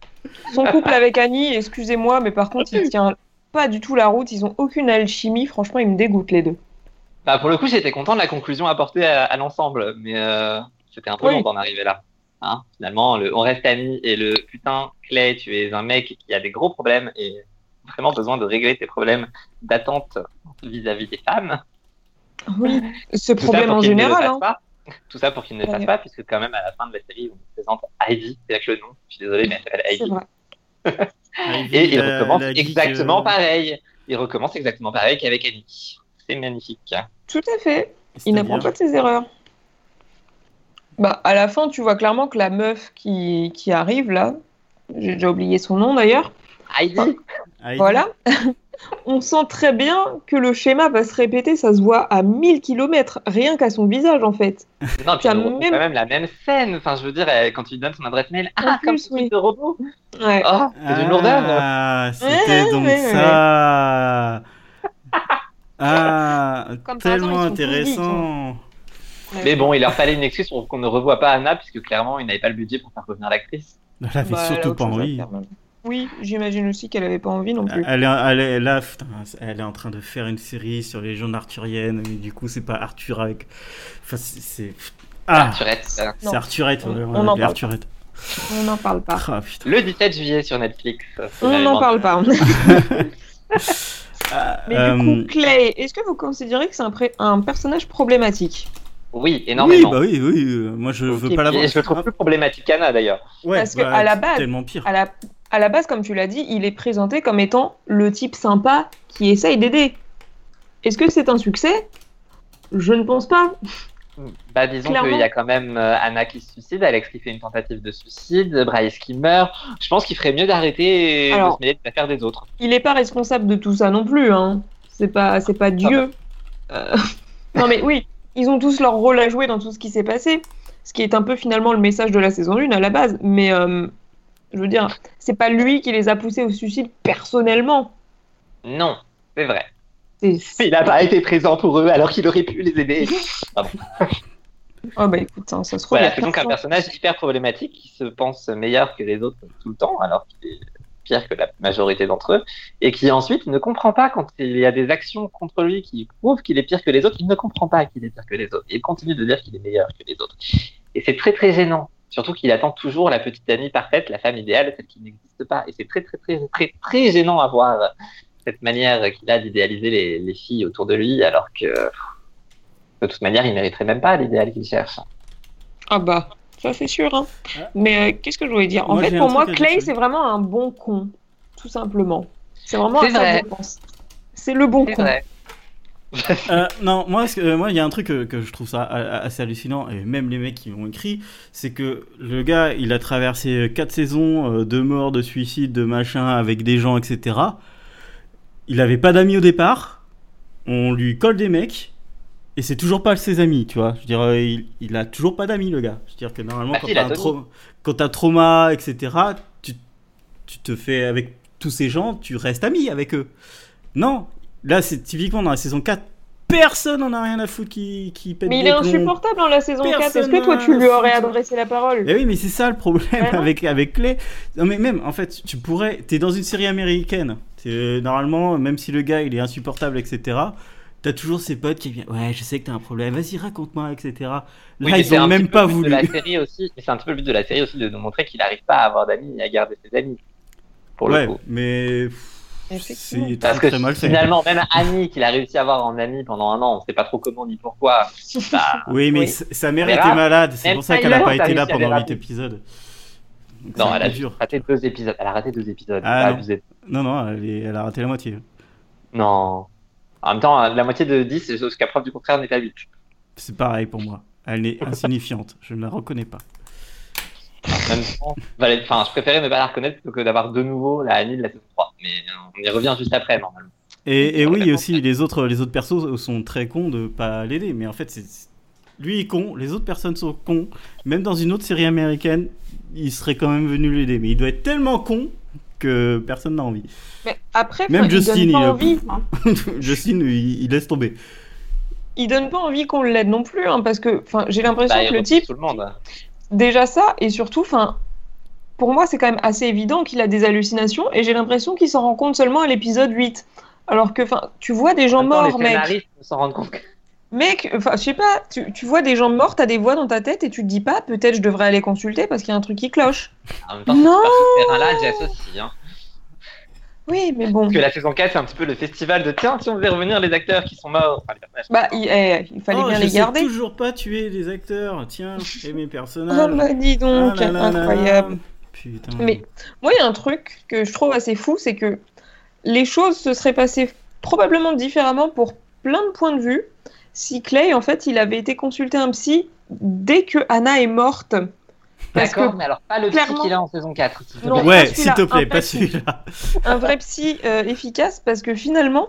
S3: son couple avec Annie, excusez-moi, mais par contre, il tient pas du tout la route. Ils ont aucune alchimie. Franchement, ils me dégoûtent les deux.
S2: Bah, pour le coup, j'étais content de la conclusion apportée à, à l'ensemble. Mais euh, c'était un peu
S3: Oui.
S2: long d'en arriver là. Hein Finalement, le on reste amis et le putain, Clay, tu es un mec qui a des gros problèmes et vraiment besoin de régler tes problèmes d'attente vis-à-vis des femmes.
S3: Oui, ce
S2: Tout ça
S3: problème
S2: pour
S3: en
S2: qu'il ne le
S3: général.
S2: fasse
S3: hein.
S2: pas. Tout ça pour qu'il ne le fasse
S3: Ouais.
S2: pas, puisque quand même à la fin de la série, on nous présente Ivy, c'est avec le nom, je suis désolé, mais elle s'appelle Ivy.
S3: C'est vrai.
S1: Ah,
S2: Et il
S1: euh,
S2: recommence exactement pareil. Il recommence exactement pareil qu'avec Annie. C'est magnifique.
S3: Tout à fait. Il n'apprend pas de ses erreurs. Bah, à la fin, tu vois clairement que la meuf qui, qui arrive là, j'ai déjà oublié son nom d'ailleurs, Ah.
S2: Heidi,
S1: Ah,
S3: voilà, [LAUGHS] on sent très bien que le schéma va se répéter, ça se voit à 1000 km, rien qu'à son visage en fait.
S2: Non, puis
S3: T'as
S2: on retrouve
S3: même-
S2: quand même la même scène. Enfin, je veux dire, elle- quand tu lui donnes son adresse mail, ah,
S3: En
S2: comme
S3: plus,
S2: ce
S3: oui.
S2: truc de robot.
S3: Ouais.
S2: Oh, c'est une lourdeur.
S3: [LAUGHS]
S1: Ah,
S3: Ouais,
S1: c'était
S3: ouais,
S1: donc
S3: ouais, [LAUGHS]
S1: ça. Ah,
S3: Comme par
S1: tellement
S3: exemple, ils sont hein.
S1: intéressant.
S2: Mais bon, il leur fallait une excuse pour qu'on ne revoie pas Anna, puisque clairement, ils n'avaient pas le budget pour faire revenir l'actrice.
S1: Elle avait
S3: Bah, elle a
S1: Ah, surtout
S3: autre
S1: pas
S3: chose à
S1: envie. Ah,
S3: faire, maintenant. Oui, j'imagine aussi qu'elle avait pas envie non plus.
S1: Elle est, elle est- là, putain, elle est en train de faire une série sur les légendes arthuriennes, mais du coup, c'est pas Arthur avec. Enfin, c'est- c'est. Ah!
S2: Arthurette.
S1: C'est Arthurette,
S3: On-
S1: ouais, on
S3: on en
S1: l'appelait
S3: parle.
S1: Arthurette.
S3: On n'en parle pas.
S1: Ah, putain.
S2: Le 17 juillet sur Netflix.
S3: On n'en parle
S1: Euh,
S3: pas.
S1: Ah,
S3: Mais
S1: euh,
S3: du coup, Clay, est-ce que vous considérez que c'est un, pré- un personnage problématique
S2: Oui,
S1: oui,
S2: énormément.
S1: bah oui, oui, euh, moi je veux
S2: Et
S1: pas l'avoir.
S2: puis, je le trouve plus problématique qu'Anna, d'ailleurs.
S1: Ouais, bah,
S3: Parce que à la
S1: c'est
S3: base-
S1: tellement pire.
S3: à la, à la base, comme tu l'as dit, il est présenté comme étant le type sympa qui essaye d'aider. Est-ce que c'est un succès Je ne pense pas.
S1: Hmm.
S2: Bah, disons
S3: Clairement.
S2: qu'il y a quand même euh, Anna qui se suicide, Alex qui fait une tentative de suicide, Bryce qui meurt. Je pense qu'il ferait mieux d'arrêter et de
S3: Alors.
S2: se mêler de l'affaire des autres.
S3: Il n'est pas responsable de tout ça non plus. Hein. C'est pas, c'est pas Dieu.
S2: Ah bah.
S3: Euh, [LAUGHS] non mais oui, ils ont tous leur rôle à jouer dans tout ce qui s'est passé, ce qui est un peu finalement le message de la saison 1 à la base. Mais euh, je veux dire, c'est pas lui qui les a poussés au suicide personnellement.
S2: Non, c'est vrai.
S3: C'est-
S2: Il n'a pas été présent pour eux alors qu'il aurait pu les aider.
S3: [LAUGHS] Oh bah écoute, hein, ça se trouve. il y a
S2: Voilà, c'est donc un
S3: personne.
S2: personnage hyper problématique qui se pense meilleur que les autres tout le temps, alors qu'il est pire que la majorité d'entre eux, et qui ensuite ne comprend pas quand il y a des actions contre lui qui prouvent qu'il est pire que les autres, il ne comprend pas qu'il est pire que les autres. Il continue de dire qu'il est meilleur que les autres. Et c'est très très gênant. Surtout qu'il attend toujours la petite amie parfaite, la femme idéale, celle qui n'existe pas. Et c'est très très très très très gênant à voir euh, cette manière qu'il a d'idéaliser les, les filles autour de lui, alors que pff, de toute manière, il mériterait même pas l'idéal qu'il cherche.
S3: Ah bah, ça c'est sûr. Hein.
S1: Ah.
S3: Mais euh, qu'est-ce que je voulais dire En
S1: Moi,
S3: fait,
S1: j'ai un
S3: pour moi,
S1: truc à dire
S3: Clay,
S1: sur lui.
S3: c'est vraiment un bon con, tout simplement. C'est vraiment
S2: C'est
S3: à ça
S2: vrai.
S3: que je pense. C'est le bon
S2: C'est
S3: con.
S2: vrai.
S1: Euh, non, moi, ce que- euh, moi, il y a un truc que, que je trouve ça a- a- assez hallucinant, et même les mecs qui l'ont écrit, c'est que le gars, il a traversé quatre saisons euh, de morts, de suicides, de machins avec des gens, etc. Il n'avait pas d'amis au départ. On lui colle des mecs, et c'est toujours pas ses amis, tu vois. Je veux dire, euh, il, il a toujours pas d'amis, le gars. Je veux dire que normalement,
S2: Bah
S1: quand
S2: si, il
S1: t'as
S2: a
S1: un
S2: Tony.
S1: trau- quand t'as trauma, etc., tu, tu te fais avec tous ces gens, tu restes ami avec eux. Non, là, c'est typiquement dans la saison 4, personne n'en a rien à foutre qui, qui pète
S3: Mais il
S1: des
S3: est
S1: plombs.
S3: insupportable dans la saison 4. Est-ce que
S1: Personne
S3: toi, tu lui
S1: n'a-
S3: aurais adressé la parole
S1: Eh oui, mais c'est ça le problème
S3: Ouais.
S1: avec, avec Clay. Non, mais même, en fait, tu pourrais. T'es dans une série américaine. C'est- euh, Normalement, même si le gars il est insupportable, etc., t'as toujours ses potes qui viennent. Ouais, je sais que t'as un problème, vas-y, raconte-moi, etc. Là,
S2: Oui, mais
S1: ils
S2: c'est un
S1: ont même
S2: petit peu
S1: pas
S2: le but
S1: voulu.
S2: De la série aussi, mais c'est un petit peu le but de la série aussi de nous montrer qu'il n'arrive pas à avoir d'amis et à garder ses amis. Pour
S1: Ouais,
S2: le coup.
S1: mais.
S3: Effectivement.
S1: C'est
S2: Parce
S1: très,
S2: que
S1: très mal fait.
S2: finalement, même Annie qu'il a réussi à avoir en ami pendant un an, on ne sait pas trop comment ni pourquoi. Bah,
S1: Oui, mais
S3: Oui.
S1: sa- sa mère
S2: Mais
S1: était
S2: là,
S1: malade, c'est
S2: même
S1: pour ça
S2: Tyler
S1: qu'elle n'a pas
S2: t'a
S1: été là
S2: réussi à
S1: pendant 8
S2: déraper.
S1: épisodes. Donc,
S2: non,
S1: [LAUGHS] c'est
S2: elle a
S1: dur.
S2: raté deux épisodes. Elle a raté deux épisodes.
S1: Ah,
S2: elle a
S1: non.
S2: abusé.
S1: Non, non, elle, est- elle a raté la moitié.
S2: Non. En même temps, la moitié de 10, jusqu'à preuve du contraire, n'est pas 8.
S1: C'est pareil pour moi. Elle est insignifiante, je ne la reconnais pas.
S2: même temps, [LAUGHS] Valen- enfin, je préférais ne pas la reconnaître plutôt que d'avoir de nouveau la Annie de la saison 3. Mais euh, on y revient juste après, normalement.
S1: Et, et
S2: Sur la
S1: oui,
S2: pente.
S1: aussi, les autres, les autres persos sont très cons de pas l'aider. Mais en fait, c'est c'est- lui est con, les autres personnes sont cons. Même dans une autre série américaine, il serait quand même venu l'aider. Mais il doit être tellement con que personne n'a envie. [LAUGHS]
S3: Mais après,
S1: Même
S3: enfin, il
S1: Justin,
S3: donne pas
S1: il a-
S3: envie. hein.
S1: Justin, il, il laisse tomber.
S3: Il donne pas envie qu'on l'aide non plus, hein, parce que enfin, j'ai l'impression
S2: Bah, il
S3: que le
S2: retrouve
S3: type,
S2: tout le monde.
S3: déjà ça, et surtout, enfin, pour moi, c'est quand même assez évident qu'il a des hallucinations, et j'ai l'impression qu'il s'en rend compte seulement à l'épisode 8. Alors que, enfin, tu vois des gens
S2: En même temps,
S3: morts,
S2: les
S3: mec.
S2: scénaristes s'en rendent compte. que-
S3: Mec, enfin, je sais pas, tu, tu vois des gens morts, t'as des voix dans ta tête, et tu te dis pas, peut-être je devrais aller consulter parce qu'il y a un truc qui cloche.
S2: En même temps, c'est
S3: Non.
S2: pas ce terrain-là, Jess aussi. Hein.
S3: Oui, mais bon.
S2: Parce que la saison 4, c'est un petit peu le festival de tiens, si on faisait revenir les acteurs qui sont morts. Enfin, les personnages.
S3: Bah, il, eh, il fallait
S1: Oh,
S3: bien
S1: je
S3: les
S1: sais
S3: garder.
S1: toujours pas tuer les acteurs. Tiens, et mes
S3: Ah
S1: personnages.
S3: bah dis
S1: Ah
S3: donc,
S1: là là là là.
S3: incroyable.
S1: Putain.
S3: Mais moi, il y a un truc que je trouve assez fou, c'est que les choses se seraient passées probablement différemment pour plein de points de vue si Clay, en fait, il avait été consulté un psy dès que Anna est morte. Parce que
S2: D'accord, mais alors pas le petit
S3: clairement-
S2: qu'il a en saison 4. s'il te
S3: Non.
S2: plaît.
S1: ouais,
S3: pas
S1: s'il te
S3: celui-là,
S1: plaît,
S3: un
S1: pas
S3: peu.
S1: celui-là.
S3: un vrai psy euh, efficace, parce que finalement,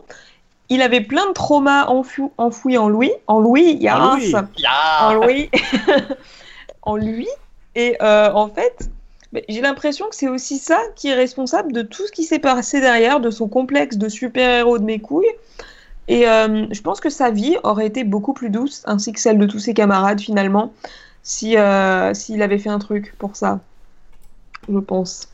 S3: il avait plein de traumas enfou- enfouis en lui. En lui, il y a
S1: En
S3: un
S1: lui.
S3: ça.
S2: Ah,
S3: en lui. [LAUGHS] en lui. Et euh, en fait, ben, j'ai l'impression que c'est aussi ça qui est responsable de tout ce qui s'est passé derrière, de son complexe de super-héros de mes couilles. Et euh, je pense que sa vie aurait été beaucoup plus douce, ainsi que celle de tous ses camarades finalement, si euh, s'il avait fait un truc pour ça. Je pense.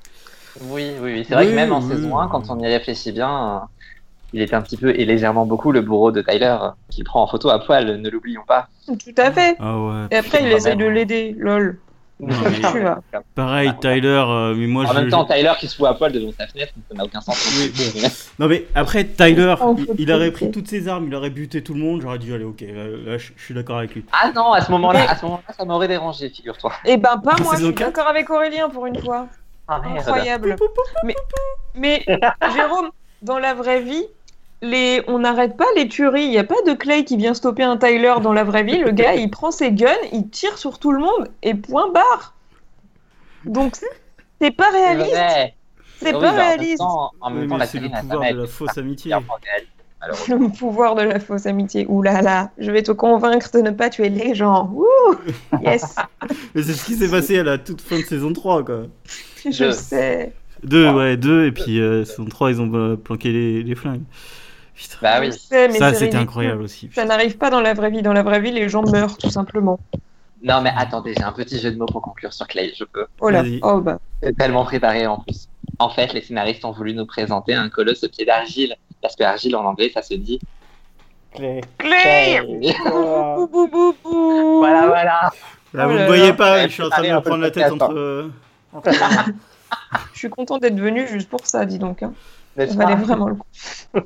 S2: Oui, oui, oui. C'est vrai
S1: Oui,
S2: que même en
S1: oui,
S2: saison
S1: oui.
S2: 1, quand on y réfléchit bien, euh, il était un petit peu et légèrement beaucoup le bourreau de Tyler, euh, qu'il prend en photo à poil, ne l'oublions pas.
S3: Tout à fait.
S1: Ah ouais.
S3: Et après, il
S1: putain.
S3: essaie de l'aider, lol.
S1: Non,
S3: Tu vois.
S1: Pareil, Tyler, euh, mais moi
S2: En
S1: je.
S2: même temps, Tyler qui se fout à poil devant sa fenêtre, ça n'a aucun sens.
S1: Oui, bon. Non mais après Tyler,
S3: Oh,
S1: il,
S3: faut
S1: il aurait
S3: te
S1: pris
S3: laisser.
S1: toutes ses armes, il aurait buté tout le monde, j'aurais dit allez ok, là, là, je je suis d'accord avec lui.
S2: [LAUGHS] Ah non, à ce moment-là, à ce moment-là, ça m'aurait dérangé, figure-toi.
S3: Eh ben, pas moi, je
S1: Saison
S3: suis
S1: quatre.
S3: d'accord avec Aurélien pour une fois.
S2: Ah, merde.
S3: Incroyable. Mais, mais Jérôme, dans la vraie vie, les... on n'arrête pas les tueries. Il n'y a pas de Clay qui vient stopper un Tyler dans la vraie vie. Le gars, il prend ses guns, il tire sur tout le monde et point barre. Donc, c'est pas
S2: C'est
S3: réaliste.
S2: vrai.
S3: C'est
S2: Oui,
S3: pas
S2: mais en même
S3: réaliste.
S2: temps- En même
S1: Oui,
S2: temps,
S1: mais
S2: la
S1: c'est
S2: série
S1: le
S2: n'a
S1: pouvoir
S2: jamais
S1: de la fausse amitié.
S2: particulièrement réaliste, malheureusement.
S3: Le pouvoir de la fausse amitié. Ouh là là, je vais te convaincre de ne pas tuer les gens. Ouh, yes,
S1: Mais c'est ce qui s'est passé à la toute fin de saison 3 quoi.
S3: je,
S2: Je-
S3: sais.
S1: Deux,
S2: Ah.
S1: ouais, deux, et puis euh, saison 3 ils ont euh, planqué les, les flingues. Putain.
S2: Bah oui.
S3: Je sais, mais
S1: ça
S3: c'est
S1: c'était
S3: ridicule.
S1: incroyable aussi.
S3: Ça n'arrive pas dans la vraie vie. Dans la vraie vie, les gens meurent tout simplement.
S2: Non, mais attendez, j'ai un petit jeu de mots pour conclure sur Clay, je peux.
S3: Oh là,
S1: Vas-y.
S3: oh bah.
S2: C'est tellement préparé en plus. En fait, les scénaristes ont voulu nous présenter un colosse au pied d'argile, parce que argile en anglais, ça se dit.
S3: Clay Bou, bou, bou, bou.
S2: Voilà, voilà.
S1: Là,
S3: Oh
S1: vous
S3: là
S1: ne voyez
S3: là.
S1: pas,
S2: Ouais,
S1: je suis en train de
S2: préparez
S1: me
S2: un peu
S1: prendre
S2: le
S1: la tête
S2: podcast,
S1: entre. euh, entre les mains.
S3: Je suis content d'être venu juste pour ça, dis donc. Hein. Ça
S2: N'est-ce
S3: valait
S2: pas
S3: vraiment le coup.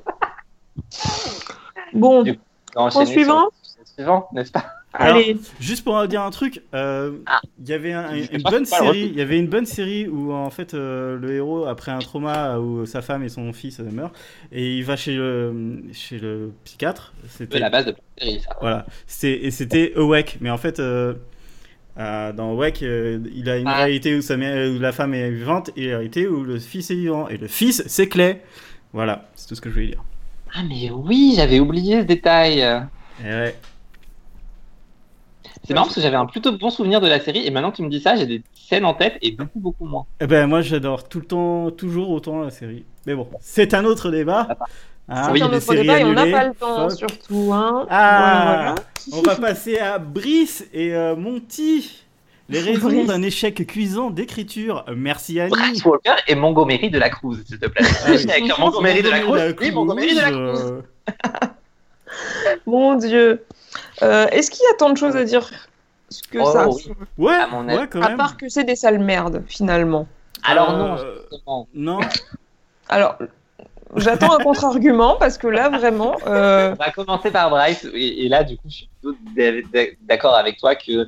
S3: bon,
S2: Du- On va
S3: Point
S2: enchaîner sur
S3: suivant
S2: le sujet suivant, n'est-ce pas
S1: Alors,
S3: allez.
S1: Juste pour dire un truc, euh, il
S2: Ah.
S1: y avait un-
S2: Je sais
S1: une
S2: pas,
S1: bonne
S2: c'est pas le
S1: série. Il y avait une bonne série où en fait euh, le héros après un trauma où sa femme et son fils euh, meurent et il va chez le chez le psychiatre.
S2: C'est
S1: C'était
S2: la base de la série, ça.
S1: voilà. C'était et c'était Awake, mais en fait. euh, euh, dans Awake, euh, il a une
S2: Ah.
S1: réalité où, sa mère- où la femme est vivante et une réalité où le fils est vivant. Et le fils, c'est Clay. Voilà, c'est tout ce que je voulais dire.
S2: Ah, mais oui, j'avais oublié ce détail.
S1: Et ouais.
S2: C'est marrant parce que j'avais un plutôt bon souvenir de la série, et maintenant que tu me dis ça, j'ai des scènes en tête et beaucoup, beaucoup moins.
S1: Eh ben moi j'adore tout le temps, toujours autant la série. Mais bon, c'est un autre débat. Hein,
S2: Oui,
S3: C'est un
S1: les
S3: autre
S1: séries
S3: débat et on n'a
S1: annulées,
S3: pas le temps,
S1: fuck.
S3: surtout. Hein.
S1: Ah,
S3: Voilà,
S1: On va passer à Brice et euh, Monty. Les raisons
S3: Brice.
S1: d'un échec cuisant d'écriture. Merci Annie.
S2: Bryce Walker et Montgomery de la Cruz, s'il te plaît.
S1: Ah oui.
S2: [LAUGHS] Avec un Montgomery de la Cruz. Oui, Montgomery de la
S1: euh,
S2: Cruz.
S3: voilà. Mon Dieu. Euh, Est-ce qu'il y a tant de choses à dire que
S2: Oh,
S3: ça
S2: oui.
S1: Ouais,
S2: À mon avis.
S1: ouais, quand
S3: À
S1: même.
S3: part que c'est des sales merdes, finalement.
S2: Alors non,
S1: Euh,
S2: justement.
S1: Non,
S3: Alors, j'attends un contre-argument parce que là, vraiment. euh,
S2: On va commencer par Bryce. Et, et là, du coup, je suis plutôt d- d- d'accord avec toi que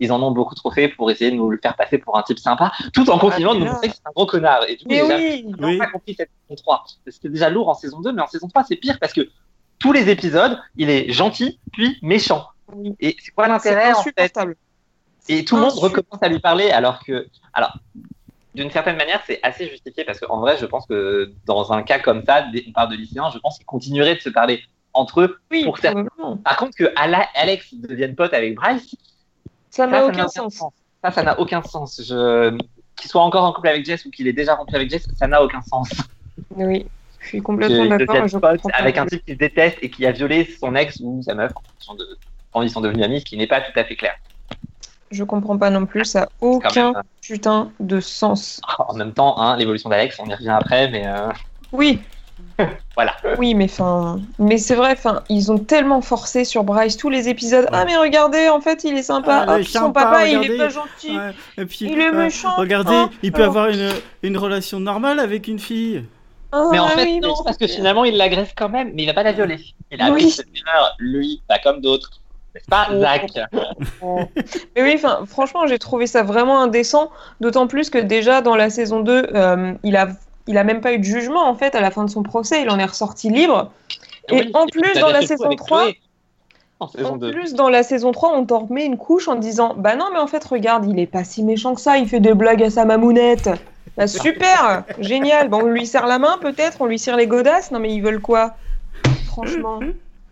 S2: ils en ont beaucoup trop fait pour essayer de nous le faire passer pour un type sympa, tout en continuant
S3: Ah,
S2: de
S3: mais
S2: nous
S3: là.
S2: montrer que c'est un gros connard. Et du coup,
S3: Mais
S2: j'ai jamais-
S3: oui
S2: j'ai
S1: Oui.
S2: pas compris cette saison 3. C'était déjà lourd en saison 2, mais en saison 3, c'est pire parce que tous les épisodes, il est gentil, puis méchant.
S3: Oui.
S2: Et c'est quoi
S3: C'est
S2: l'intérêt en fait
S3: insupportable.
S2: Et tout le monde recommence à lui parler alors que. Alors, d'une certaine manière, c'est assez justifié parce qu'en vrai, je pense que dans un cas comme ça, on parle de lycéens, je pense qu'ils continueraient de se parler entre eux
S3: Oui,
S2: pour certains.
S3: probablement.
S2: Par contre, que Ala- Alex devienne pote avec Bryce,
S3: Ça n'a
S2: ça
S3: aucun sens.
S2: Ça, ça n'a aucun sens. Je... Qu'il soit encore en couple avec Jess ou qu'il ait déjà rompu avec Jess, ça n'a aucun sens.
S3: Oui, je suis complètement
S2: Qu'il
S3: d'accord.
S2: devienne
S3: je
S2: pote
S3: comprends pas
S2: avec un
S3: plus.
S2: type qu'il déteste et qui a violé son ex ou sa meuf quand ils sont de- quand ils sont devenus amis, ce qui n'est pas tout à fait clair.
S3: Je comprends pas non plus. Ça n'a
S2: Quand
S3: aucun
S2: même, euh,
S3: putain de sens.
S2: hein. En même temps, hein, l'évolution d'Alex, on y revient après, mais euh,
S3: Oui.
S2: [LAUGHS] Voilà.
S3: Oui, mais enfin, mais c'est vrai. Enfin, ils ont tellement forcé sur Bryce tous les épisodes. Ah mais regardez, en fait, il est sympa.
S1: Ah,
S3: Ah,
S1: il est
S3: son
S1: sympa,
S3: papa, il est
S1: regardez.
S3: pas gentil.
S1: Ouais, et puis, euh,
S3: Il est méchant,
S1: regardez,
S3: hein.
S1: il peut
S3: Alors-
S1: avoir une, une relation normale avec une fille.
S3: Ah,
S2: Mais en fait,
S3: oui, mais
S2: non,
S3: c'est-
S2: parce que finalement, il l'agresse quand même, mais il va pas la violer. Il a
S3: Oui.
S2: appris cette erreur, lui, pas comme d'autres. N'est-ce pas,
S3: Oh.
S2: Zach
S3: Mais oui, enfin, franchement, j'ai trouvé ça vraiment indécent, d'autant plus que déjà dans la saison 2, euh, il a il a même pas eu de jugement en fait à la fin de son procès, il en est ressorti libre. Et
S2: Oui,
S3: en
S2: puis
S3: plus,
S2: t'as
S3: dans la
S2: fait le coup
S3: saison
S2: avec
S3: 3,
S2: Chloé. En saison
S3: en
S2: 2.
S3: plus, dans la saison 3, on t'en remet une couche en disant Bah non, mais en fait, regarde, il est pas si méchant que ça, il fait des blagues à sa mamounette. Bah super, génial. Bon, on lui serre la main peut-être, on lui serre les godasses. Non, mais ils veulent quoi Franchement.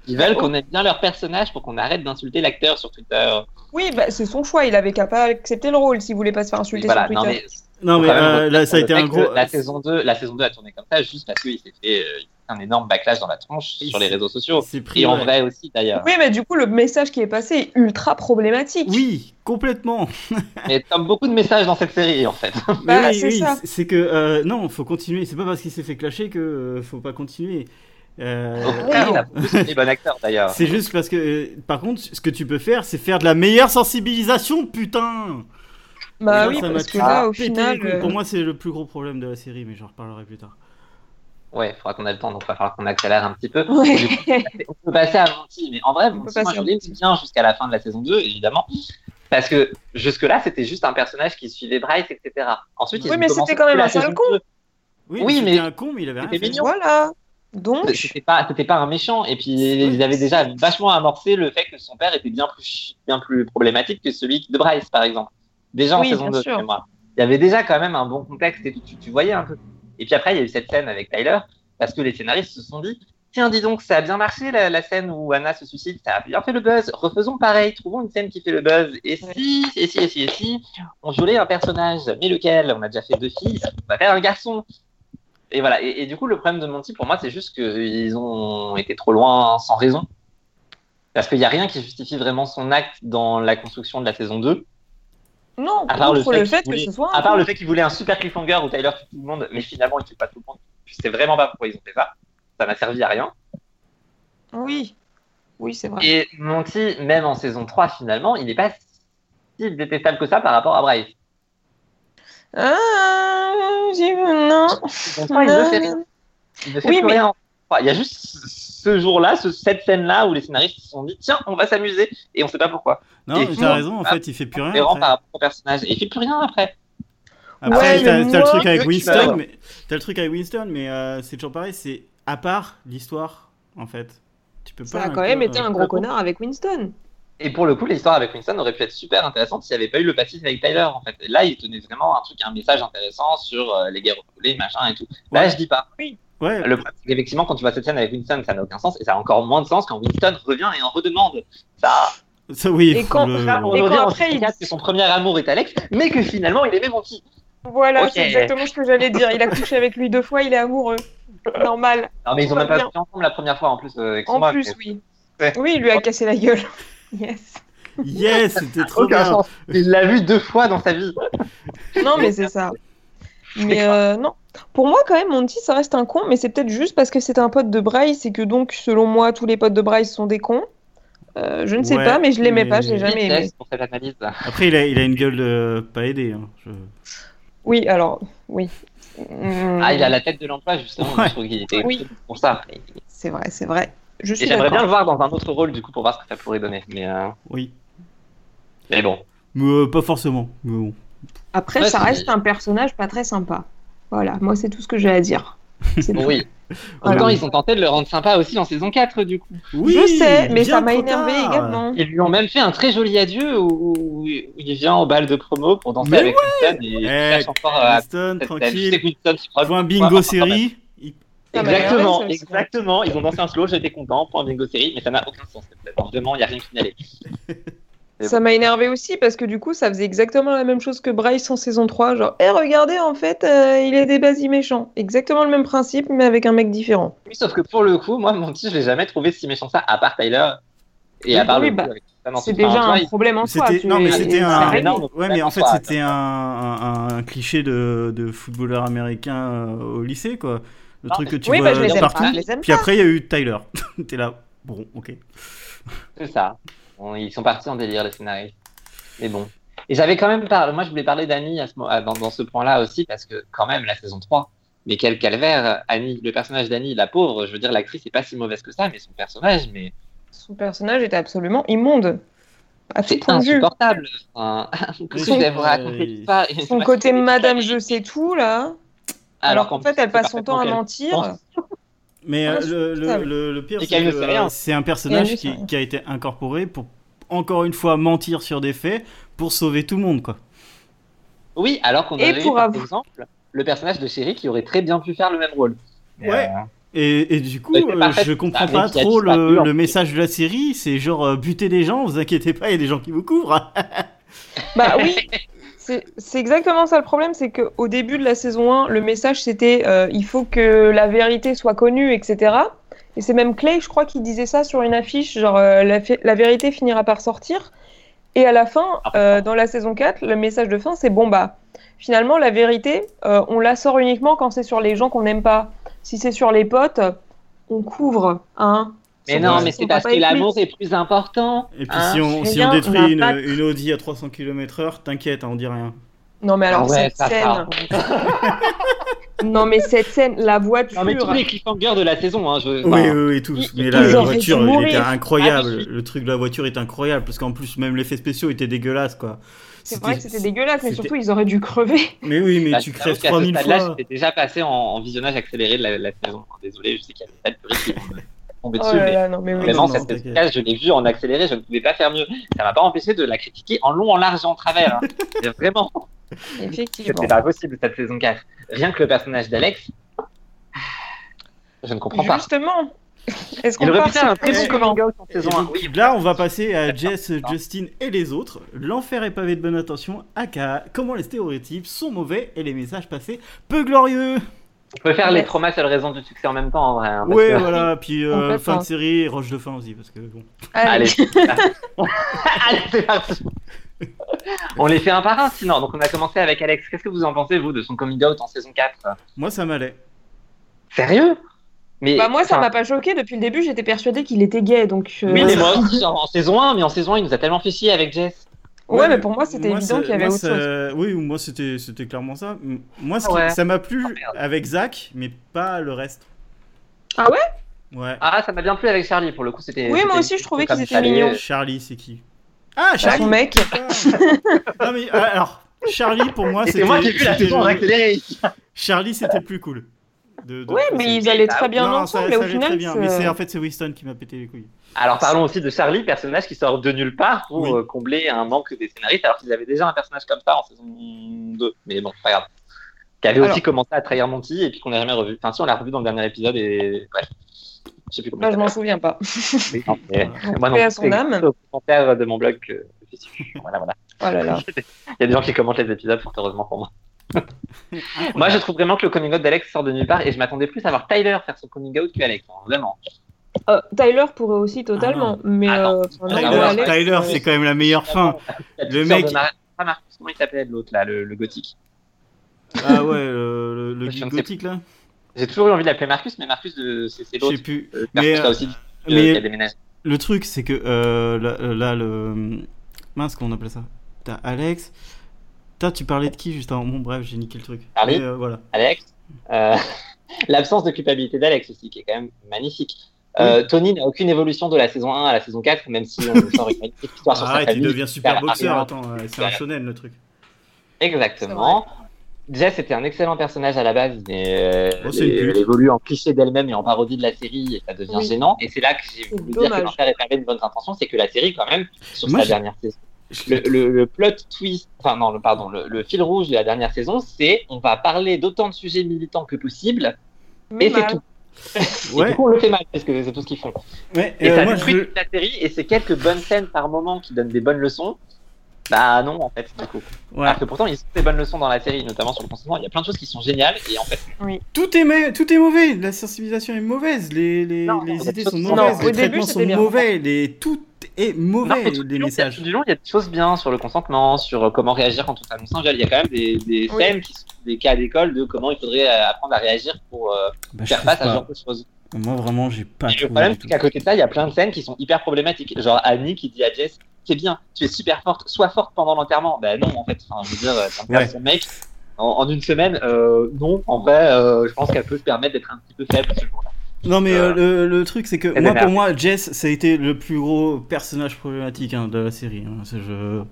S2: Ils
S3: Oh.
S2: veulent qu'on aime bien leur personnage pour qu'on arrête d'insulter l'acteur sur Twitter.
S3: Oui, bah, c'est son choix, il avait qu'à pas accepter le rôle s'il voulait pas se faire
S2: Oui,
S3: insulter
S2: voilà,
S3: sur
S2: non,
S3: Twitter.
S2: mais
S1: Non, mais
S2: Quand même,
S1: euh, là, ça a
S2: le
S1: été
S2: fait
S1: un
S2: que
S1: gros.
S2: La saison, 2, la saison 2 a tourné comme ça juste parce qu'il s'est fait euh, un énorme backlash dans la tronche
S1: Il
S2: sur les
S1: s'est-
S2: réseaux sociaux.
S1: C'est pris.
S2: Et en
S1: ouais.
S2: vrai aussi,
S1: [LAUGHS]
S2: d'ailleurs.
S3: Oui, mais du coup, le message qui est passé est ultra problématique.
S1: Oui, complètement.
S2: Mais comme beaucoup de messages dans cette série, en fait.
S1: Mais
S3: Bah,
S1: oui,
S3: c'est
S1: oui,
S3: ça.
S1: c'est- c'est que euh, non, faut continuer. C'est pas parce qu'il s'est fait clasher que euh, faut pas continuer. Euh,
S2: Au contraire, il a beaucoup de bons acteurs, d'ailleurs.
S1: c'est juste parce que, euh, par contre, ce que tu peux faire, c'est faire de la meilleure sensibilisation, putain.
S3: Bah
S1: Genre,
S3: oui,
S1: ça m'a
S3: parce que
S1: toujours
S3: là, au
S1: pété les
S3: final.
S1: couilles.
S3: euh,
S1: pour moi, c'est le plus gros problème de la série, mais j'en reparlerai plus tard.
S2: Ouais, il faudra qu'on ait le temps, donc il va falloir qu'on accélère un petit peu.
S3: ouais. [LAUGHS]
S2: On peut passer à Monty, mais en vrai, Monty,
S3: passer
S2: moi,
S3: à
S2: je l'aime bien jusqu'à la fin de la saison 2, évidemment. Parce que jusque-là, c'était juste un personnage qui suivait Bryce, etc. Ensuite,
S1: Oui,
S2: ils ont
S3: mais
S2: commencé
S3: c'était quand même
S2: la
S3: un sale
S2: saison
S3: con.
S2: 2.
S1: Oui,
S2: Oui,
S1: c'était
S2: mais-
S1: un con, mais il avait rien
S2: C'était
S1: fait.
S2: mignon.
S3: Voilà. Donc.
S2: C'était pas, c'était pas un méchant. Et puis, ils avaient déjà vachement amorcé le fait que son père était bien plus, chi- bien plus problématique que celui de Bryce, par exemple. Déjà
S3: Oui,
S2: en saison
S3: bien
S2: 2,
S3: sûr.
S2: chez moi. Il y avait déjà quand même un bon contexte et tout, tu, tu voyais un peu. Et puis après, il y a eu cette scène avec Tyler, parce que les scénaristes se sont dit Tiens, dis donc, ça a bien marché la, la scène où Anna se suicide, ça a bien fait le buzz, refaisons pareil, trouvons une scène qui fait le buzz. Et si, et si, et si, et si, on violait un personnage, mais lequel On a déjà fait deux filles, on va faire un garçon. Et voilà. Et, et du coup, le problème de Monty, pour moi, c'est juste qu'ils ont été trop loin sans raison. Parce qu'il n'y a rien qui justifie vraiment son acte dans la construction de la saison 2.
S3: Non,
S2: À part le
S3: contre
S2: fait
S3: le
S2: qu'il
S3: fait que
S2: voulait-
S3: ce soit. un
S2: À part le
S3: con.
S2: fait qu'il voulait un super cliffhanger où Tyler tue tout le monde, mais finalement, il tue pas tout le monde. Je sais vraiment pas pourquoi ils ont fait ça. Ça n'a servi à rien.
S3: Oui, oui, c'est vrai.
S2: Et Monty, même en saison 3, finalement, il n'est pas si détestable que ça par rapport à Bryce.
S3: Ah, j'ai- non.
S2: Saison 3, il ne fait rien. Il ne fait
S3: Oui,
S2: plus
S3: mais-
S2: rien. Enfin, il y a juste ce- ce jour-là, ce- cette scène-là où les scénaristes se sont dit tiens, on va s'amuser et on sait pas pourquoi.
S1: Non,
S2: Et
S1: mais
S2: sinon,
S1: t'as raison. En
S2: ah,
S1: fait, il fait plus rien.
S2: cohérent
S1: après.
S2: par rapport au personnage. Et il fait plus rien après.
S1: Après,
S3: Ouais,
S1: t'as
S3: mais
S1: t'as le
S3: moi,
S1: truc avec
S2: que tu vas
S1: Winston,
S2: avoir.
S1: mais t'as le truc avec Winston, mais euh, c'est toujours pareil. C'est à part l'histoire, en fait. Tu peux
S3: Ça
S1: pas.
S3: a
S1: un
S3: quand même
S1: peu,
S3: été
S1: euh,
S3: un gros connard avec Winston.
S2: Et pour le coup, l'histoire avec Winston aurait pu être super intéressante s'il n'y avait pas eu le passif avec Tyler. En fait, là, il tenait vraiment un truc, un message intéressant sur euh, les guerres les machin et tout. Là,
S1: Ouais.
S2: je dis pas.
S1: Ouais.
S2: Le problème, c'est qu'effectivement, quand tu vois cette scène avec Winston, ça n'a aucun sens, et ça a encore moins de sens quand Winston revient et en redemande. Ça,
S1: Ça, oui.
S3: Et
S1: faut
S3: quand-
S1: le-
S2: ça, on
S3: Et quand
S2: revient
S3: Ah,
S2: en
S3: après, il-
S2: 64 que son premier amour est Alex, mais que finalement, il aimait Monty.
S3: Voilà,
S2: Ok.
S3: c'est exactement ce que j'allais dire. Il a couché avec lui deux fois, il est amoureux. Normal.
S2: Non, mais ils ont
S3: Pas
S2: même pas
S3: bien.
S2: couché ensemble la première fois en plus. euh, avec son
S3: En
S2: bras,
S3: plus,
S2: mais-
S3: oui.
S2: Ouais.
S3: Oui, il lui a cassé la gueule. [LAUGHS] Yes.
S1: Yes, c'était trop
S2: Aucun
S1: bien.
S2: sens. Il l'a vu deux fois dans sa vie.
S3: Non, mais c'est ça. Mais euh, non. Pour moi, quand même, Monty, ça reste un con, mais c'est peut-être juste parce que c'est un pote de Bryce et que donc, selon moi, tous les potes de Bryce sont des cons. Euh, je ne sais
S1: Ouais,
S3: pas, mais je l'aimais
S1: mais-
S3: pas, je l'ai jamais aimé.
S2: Yes, pour cette analyse.
S1: Après, il a, il a une gueule de pas aidée. hein. Je-
S3: Oui, alors, oui. Mm,
S2: Ah, il a la tête de l'emploi, justement.
S1: Ouais.
S2: Je trouve qu'il était
S3: Oui.
S2: pour ça.
S3: C'est vrai, c'est vrai. Je
S2: Et
S3: suis
S2: j'aimerais
S3: d'accord.
S2: bien le voir dans un autre rôle, du coup, pour voir ce que ça pourrait donner. Mais, euh,
S1: Oui.
S2: mais bon.
S1: Mais, euh, pas forcément. Mais bon.
S3: Après,
S2: Ouais,
S3: ça
S2: c'est-
S3: reste un personnage pas très sympa. Voilà, moi c'est tout ce que j'ai à dire. C'est tout.
S2: Oui. Pourtant, ils ont tenté de le rendre sympa aussi en saison 4, du coup.
S1: Oui,
S3: je sais, mais
S1: bien
S3: ça m'a
S1: trop
S3: énervé
S1: tard.
S3: également.
S2: Ils lui ont même fait un très joli adieu où, où- où il vient au bal de promo pour danser
S1: Mais
S2: avec Winston et il
S1: Eh,
S2: cherche encore euh, à.
S1: Winston,
S2: C'est
S1: tranquille.
S2: Winston qui prend-
S1: Point
S2: prend-
S1: bingo
S2: prend-
S1: série. Il-
S3: Ah bah,
S2: Exactement,
S3: ouais, ça-
S2: exactement. Ils ont dansé un slow, j'étais content, point bingo série, mais ça n'a aucun sens. cette plateforme. Vraiment, il n'y a rien qui n'allait. Mais
S3: Ça m'a énervé aussi parce que du coup, ça faisait exactement la même chose que Bryce en saison 3. Genre, hé, regardez, en fait, euh, il est des basis méchants. Exactement le même principe, mais avec un mec différent.
S2: Oui, sauf que pour le coup, moi, Monty, je l'ai jamais trouvé si méchant que ça, à part Tyler et à part
S3: oui,
S2: le.
S3: bah,
S2: avec Stan en
S3: C'est
S2: tout.
S3: déjà
S2: Enfin,
S3: un
S2: tu vois,
S3: problème en soi.
S1: C'était
S3: tu-
S1: non mais
S3: et-
S1: c'était
S3: et
S1: un,
S3: c'est
S2: ça
S3: réglé.
S2: énorme.
S1: ouais mais en fait
S2: Soit-
S1: c'était un, un, un cliché de, de footballeur américain euh, au lycée quoi le
S2: Non,
S1: truc que tu
S3: Oui,
S1: vois
S3: bah, je les aime
S1: partout
S3: pas. Je les aime
S1: puis après il y a eu Tyler [LAUGHS] t'es là bon ok
S2: C'est ça. Bon, ils sont partis en délire, les scénaristes. Mais bon. Et j'avais quand même parlé. Moi, je voulais parler d'Annie à ce mo- à- dans, dans ce point-là aussi, parce que quand même, la saison 3, mais quel calvaire, Annie, le personnage d'Annie, la pauvre, je veux dire, l'actrice est pas si mauvaise que ça, mais son personnage, mais
S3: Son personnage était absolument immonde. À tout
S2: c'est
S3: point de vue.
S2: insupportable. Enfin, qu'est-ce que je vais [LAUGHS] vous raconter l'histoire [LAUGHS]
S3: Son côté Madame Je sais tout, là. Alors, qu'en fait, elle passe son temps à
S2: mentir.
S3: mentir.
S1: mais
S3: Ah,
S1: euh,
S3: c'est
S1: le, le,
S3: insupportable.
S1: le- le pire
S2: Et
S1: c'est
S2: qu'elle ne
S1: que,
S2: sait rien.
S1: euh, c'est un personnage
S3: ne sait
S1: qui,
S3: rien.
S1: qui a été incorporé pour encore une fois mentir sur des faits pour sauver tout le monde quoi
S2: Oui, alors qu'on
S3: Et
S2: avait eu,
S3: pour
S2: par
S3: avou-
S2: exemple, le personnage de Sherry qui aurait très bien pu faire le même rôle. Mais,
S1: Ouais.
S2: euh,
S1: et, et du coup
S2: Mais c'est
S1: euh,
S2: pas fait,
S1: je
S2: ça
S1: comprends
S2: arrive,
S1: pas
S2: il y a
S1: trop
S2: disparu,
S1: le,
S2: en
S1: le
S2: fait.
S1: message de la série c'est genre euh, buter des gens vous inquiétez pas il y a des gens qui vous couvrent [LAUGHS]
S3: Bah oui,
S2: [LAUGHS]
S3: c'est c'est exactement ça le problème, c'est qu'au début de la saison 1, le message c'était euh, il faut que la vérité soit connue, etc. Et c'est même Clay, je crois, qui disait ça sur une affiche, genre euh, la, fi- la vérité finira par sortir. Et à la fin,
S2: Ah.
S3: euh, dans la saison 4, le message de fin c'est bon bah finalement la vérité, euh, on la sort uniquement quand c'est sur les gens qu'on n'aime pas. Si c'est sur les potes, on couvre, hein.
S2: mais
S3: Son-
S2: non,
S1: Ouais.
S2: mais
S3: son
S2: c'est parce
S3: papa
S2: que
S3: est
S2: l'amour est plus important.
S1: Et puis
S2: hein.
S1: si on,
S3: c'est
S1: si on
S3: bien, on a
S1: détruit une,
S3: pas
S1: une Audi à 300 km/h, t'inquiète, hein, on dit rien.
S3: Non mais alors
S2: Ah ouais,
S3: cette
S2: ça
S3: scène,
S2: part. [LAUGHS]
S3: non mais cette scène, la voiture.
S2: Non, mais tous les cliffhangers de la saison, hein, je.
S1: Oui,
S2: enfin,
S1: oui, oui, tous.
S3: ils-
S1: Mais
S3: ils
S1: là, la
S3: auraient
S1: voiture,
S3: dû
S1: il
S3: mourir.
S1: était
S2: Ah, mais
S1: incroyable.
S2: si.
S1: Le truc de la voiture est incroyable parce qu'en plus, même l'effet spéciaux était dégueulasse, quoi.
S3: C'est vrai que c'était dégueulasse, mais
S1: c'était-
S3: surtout ils auraient dû
S2: [LAUGHS]
S3: crever.
S1: Mais oui, mais
S2: bah,
S1: tu
S2: j'avoue
S1: crèves
S2: qu'à ce
S1: 3000
S2: stade-là,
S1: fois.
S2: J'étais déjà passé en, en visionnage accéléré de la, la saison. Désolé, je sais qu'il y a des tas de puristes qui vont me [LAUGHS] tomber
S3: Oh
S2: dessus,
S3: là
S2: mais
S3: là, non mais oui.
S2: Vraiment,
S1: non,
S2: cette
S1: t'inquiète.
S2: podcast, je l'ai vue en accéléré, je ne pouvais pas faire mieux. Ça m'a pas empêché de la critiquer en long, en large et en travers. hein.
S1: [LAUGHS]
S2: Mais Vraiment,
S3: Effectivement.
S2: c'était pas possible cette saison 4. Rien que le personnage d'Alex, je ne comprends pas.
S3: Justement, est-ce qu'on
S2: Il aurait
S3: part
S2: pu faire
S3: sur
S2: un très bon
S1: Eh,
S2: coming out en
S1: Et
S2: saison 1.
S1: donc,
S2: Oui,
S1: là, on va passer à
S2: Attends,
S1: Jess,
S2: attends.
S1: Justin et les autres. L'enfer est pavé de bonne intention, aka comment les stéréotypes sont mauvais et les messages passés peu glorieux.
S2: on peut faire les traumas seules raisons du succès en même temps en vrai. hein, parce
S1: Ouais,
S2: que-
S1: voilà, puis euh,
S3: Complètement.
S1: fin de série, roche de fin aussi, parce que bon.
S2: Allez,
S3: Allez.
S2: c'est parti. Allez, c'est parti. On les fait un par un sinon. Donc on a commencé avec Alex. Qu'est-ce que vous en pensez vous de son coming out en saison 4
S1: Moi, ça m'allait.
S2: Sérieux Mais
S3: Bah moi ça
S2: enfin,
S3: m'a pas choqué depuis le début, j'étais persuadée qu'il était gay donc. euh,
S2: Oui,
S1: Ouais.
S2: mais moi aussi, en, en saison 1, mais en saison 1, il nous a tellement fait chier avec Jess.
S3: Ouais, mais pour moi c'était évident
S1: ça-
S3: qu'il y avait
S1: moi,
S3: autre
S1: ça-
S3: chose.
S1: Oui, moi c'était c'était clairement ça. M- Moi, ce
S2: Ah
S1: qui-
S2: ouais.
S1: ça m'a plu
S2: Ah, merde.
S1: avec Zach, mais pas le reste.
S3: Ah
S1: Ouais.
S2: Ah, ça m'a bien plu avec Charlie pour le coup. C'était.
S3: Oui, moi
S2: c'était-
S3: aussi, je trouvais
S2: comme
S3: qu'ils étaient
S2: Charlie,
S3: mignons.
S2: euh,
S1: Charlie, c'est qui Ah,
S3: Bah,
S1: Charlie.
S3: Son mec.
S1: putain. non mais ah, alors, Charlie pour moi
S2: Et
S1: Ah, c'était.
S2: c'est moi qui ai vu la
S1: c'était
S2: saison en
S1: le-
S2: accéléré.
S1: Charlie, c'était plus cool. De, de-
S3: Ouais,
S1: de-
S3: mais ils allaient
S2: Bah,
S3: très bien
S1: non, ça,
S3: ensemble et
S1: ça
S3: au
S1: allait très
S3: final. euh,
S1: bien.
S3: c'est-
S1: Mais c'est en fait c'est Winston qui m'a pété les couilles.
S2: Alors parlons aussi de Charlie, personnage qui sort de nulle part pour
S1: Oui.
S2: euh, combler un manque des scénaristes, alors qu'ils avaient déjà un personnage comme ça en saison 2. Mais bon, c'est pas grave. Qui avait aussi
S3: Alors-
S2: commencé à trahir Monty et puis qu'on n'a jamais revu. Enfin, si on l'a revu dans le dernier épisode et. Bref. Je sais plus comment
S3: Bah,
S2: il
S3: je m'en souviens pas.
S2: s'appelle. Non,
S1: Voilà.
S2: mais-
S3: Donc,
S2: [LAUGHS] Moi non
S3: paix à
S2: plus,
S3: son
S2: c'est
S3: âme.
S2: grâce au commentaire de mon blog que je suis. Voilà, voilà.
S3: Oh là
S2: Ah,
S3: là.
S2: Il y a des gens qui commentent les épisodes, fort heureusement pour moi. [LAUGHS] Moi, je trouve vraiment que le coming out d'Alex sort de nulle part et je m'attendais plus à voir Tyler faire son coming out qu'Alex. hein, Vraiment.
S3: Euh, Tyler pourrait aussi totalement, mais
S2: Ah, non.
S3: euh, enfin, non,
S1: Tyler,
S3: mais
S2: ouais, Ah,
S3: Alex,
S1: Tyler,
S3: euh,
S1: c'est quand même la meilleure fin.
S2: La
S1: Le
S2: petite
S1: mec-
S2: sœur de Mar- Pas Marcus, comment il s'appelait l'autre là, le, le gothique
S1: Ah ouais, euh, le, le
S2: Je
S1: geek
S2: ne sais
S1: gothique là.
S2: J'ai toujours eu envie de l'appeler Marcus, mais Marcus, de... c'est c'est
S1: Je sais
S2: l'autre.
S1: plus.
S2: Euh,
S1: Mais,
S2: Marcus a
S1: euh,
S2: aussi dit euh,
S1: mais-
S2: qu'il a déménagé.
S1: Le truc, c'est que euh, là, là, le. Mince, qu'on appelle ça T'as Alex. Putain, tu parlais de qui juste avant Bon, bref, j'ai niqué le truc.
S2: Charlie
S1: Mais, euh, voilà.
S2: Alex. euh, [LAUGHS] L'absence de culpabilité d'Alex aussi, qui est quand même magnifique. Euh, Tony n'a aucune évolution de la saison 1 à la saison 4, même si on sort une [LAUGHS] magnifique histoire sur sa
S1: Arrête, il
S2: famille.
S1: devient super
S2: Arrête.
S1: boxeur. Attends, euh, c'est un shonen le truc.
S2: Exactement. Jess était un excellent personnage à la base, mais euh,
S1: Oh, c'est
S2: elle,
S1: une pute.
S2: elle évolue en cliché d'elle-même et en parodie de la série, et ça devient
S3: Oui.
S2: gênant. Et c'est là que j'ai
S3: C'est
S2: voulu dire
S3: dommage.
S2: que l'enfer est fermé de bonnes intentions, c'est que la série, quand même, sur
S1: Moi,
S2: sa
S1: je-
S2: dernière saison, le, le- le plot twist, enfin non, le, pardon, le, le fil rouge de la dernière saison, c'est on va parler d'autant de sujets militants que possible,
S3: Mais
S2: et c'est
S3: mal.
S2: tout. Et
S1: [LAUGHS] Ouais.
S2: du coup, on le fait mal, parce que c'est tout ce qu'ils font.
S1: Ouais,
S2: Et
S1: euh,
S2: ça
S1: moi,
S2: détruit
S1: je-
S2: toute la série, et c'est quelques bonnes scènes par moment qui donnent des bonnes leçons. Bah non, en fait, du coup.
S1: ouais.
S2: Alors que pourtant, ils ont des bonnes leçons dans la série, notamment sur le consentement. Il y a plein de choses qui sont géniales, et en fait,
S1: Tout est, ma- tout est mauvais, la sensibilisation est mauvaise, les, les,
S2: Non,
S1: les
S2: non,
S1: idées
S2: non,
S1: sont
S2: non,
S1: mauvaises,
S3: au
S1: les
S3: début,
S1: traitements
S3: c'était
S1: sont
S3: bien.
S1: mauvais, les... tout est mauvais,
S2: Non, mais tout
S1: les
S2: du long, il y a-
S1: messages.
S2: tout du long, il y a des choses bien sur le consentement, sur euh, comment réagir quand on s'annonce un viol. Il y a quand même des, des
S3: Oui.
S2: scènes qui sont des cas d'école de comment il faudrait euh, apprendre à réagir pour euh,
S1: Bah, je
S2: faire
S1: trouve
S2: face à ce
S1: pas.
S2: genre de choses.
S1: Moi vraiment, j'ai pas
S2: Et le
S1: trouvé
S2: problème,
S1: du
S2: c'est
S1: tout.
S2: qu'à côté de ça, il y a plein de scènes qui sont hyper problématiques. Genre Annie qui dit à Jess C'est bien, tu es super forte, sois forte pendant l'enterrement. Bah non, en fait, enfin, je veux dire, euh, t'en perds
S1: Ouais.
S2: son mec. En, en une semaine, euh, non, en vrai, euh, je pense qu'elle peut se permettre d'être un petit peu faible ce jour-là.
S1: Non mais euh,
S2: Euh,
S1: le, le truc c'est que
S2: elle
S1: moi
S2: est
S1: pour moi Jess ça a été le plus gros personnage problématique hein, de la série. hein. C'est- je-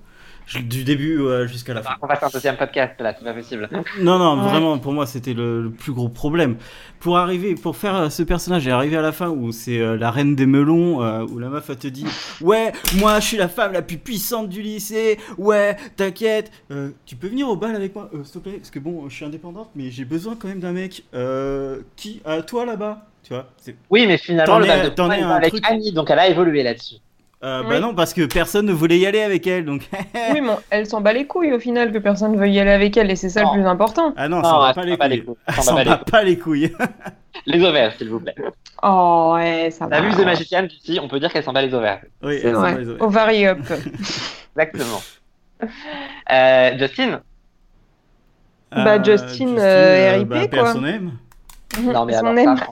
S1: je- du début euh, jusqu'à la fin.
S2: On va faire un deuxième podcast là, c'est pas possible.
S1: Non non
S3: Ouais.
S1: vraiment pour moi c'était le, le plus gros problème. Pour arriver pour faire euh, ce personnage et arriver à la fin où c'est euh, la reine des melons euh, où la meuf elle te dit ouais moi je suis la femme la plus puissante du lycée ouais t'inquiète euh, tu peux venir au bal avec moi euh, s'il te plaît parce que bon je suis indépendante mais j'ai besoin quand même d'un mec euh, qui à toi là-bas tu vois c'est
S2: Oui, mais finalement,
S1: T'en
S2: le
S1: es-
S2: bal de
S1: t'en
S2: Thomas,
S1: es
S2: il va
S1: un
S2: avec
S1: truc-
S2: Annie, donc elle a évolué là-dessus.
S1: Euh,
S3: Oui.
S1: Bah non, parce que personne ne voulait y aller avec elle, donc... [LAUGHS]
S3: Oui, mais elle s'en bat les couilles au final que personne veuille y aller avec elle et c'est ça
S2: Non.
S3: le plus important.
S1: Ah non,
S2: Non,
S1: ça va
S2: elle
S1: pas
S2: s'en
S1: les
S2: bat les
S1: couilles. [LAUGHS]
S2: couilles.
S1: Ça
S2: Elle s'en bat les
S1: va pas les couilles. [LAUGHS]
S2: Les ovaires, s'il vous plaît.
S3: Oh ouais, ça
S2: La
S3: va.
S2: vue de Magician, ici, on peut dire qu'elle s'en bat les ovaires.
S1: Oui,
S2: C'est
S1: elles sont
S3: Ouais,
S1: pas les oreilles.
S3: Ovary up.
S2: Exactement. Euh, Justin
S3: Bah,
S1: Euh,
S3: Justin, euh, RIP,
S1: bah,
S3: quoi.
S1: Personne n'aime.
S2: [LAUGHS] Non, mais
S3: Son
S2: alors,
S3: aime.
S2: ça,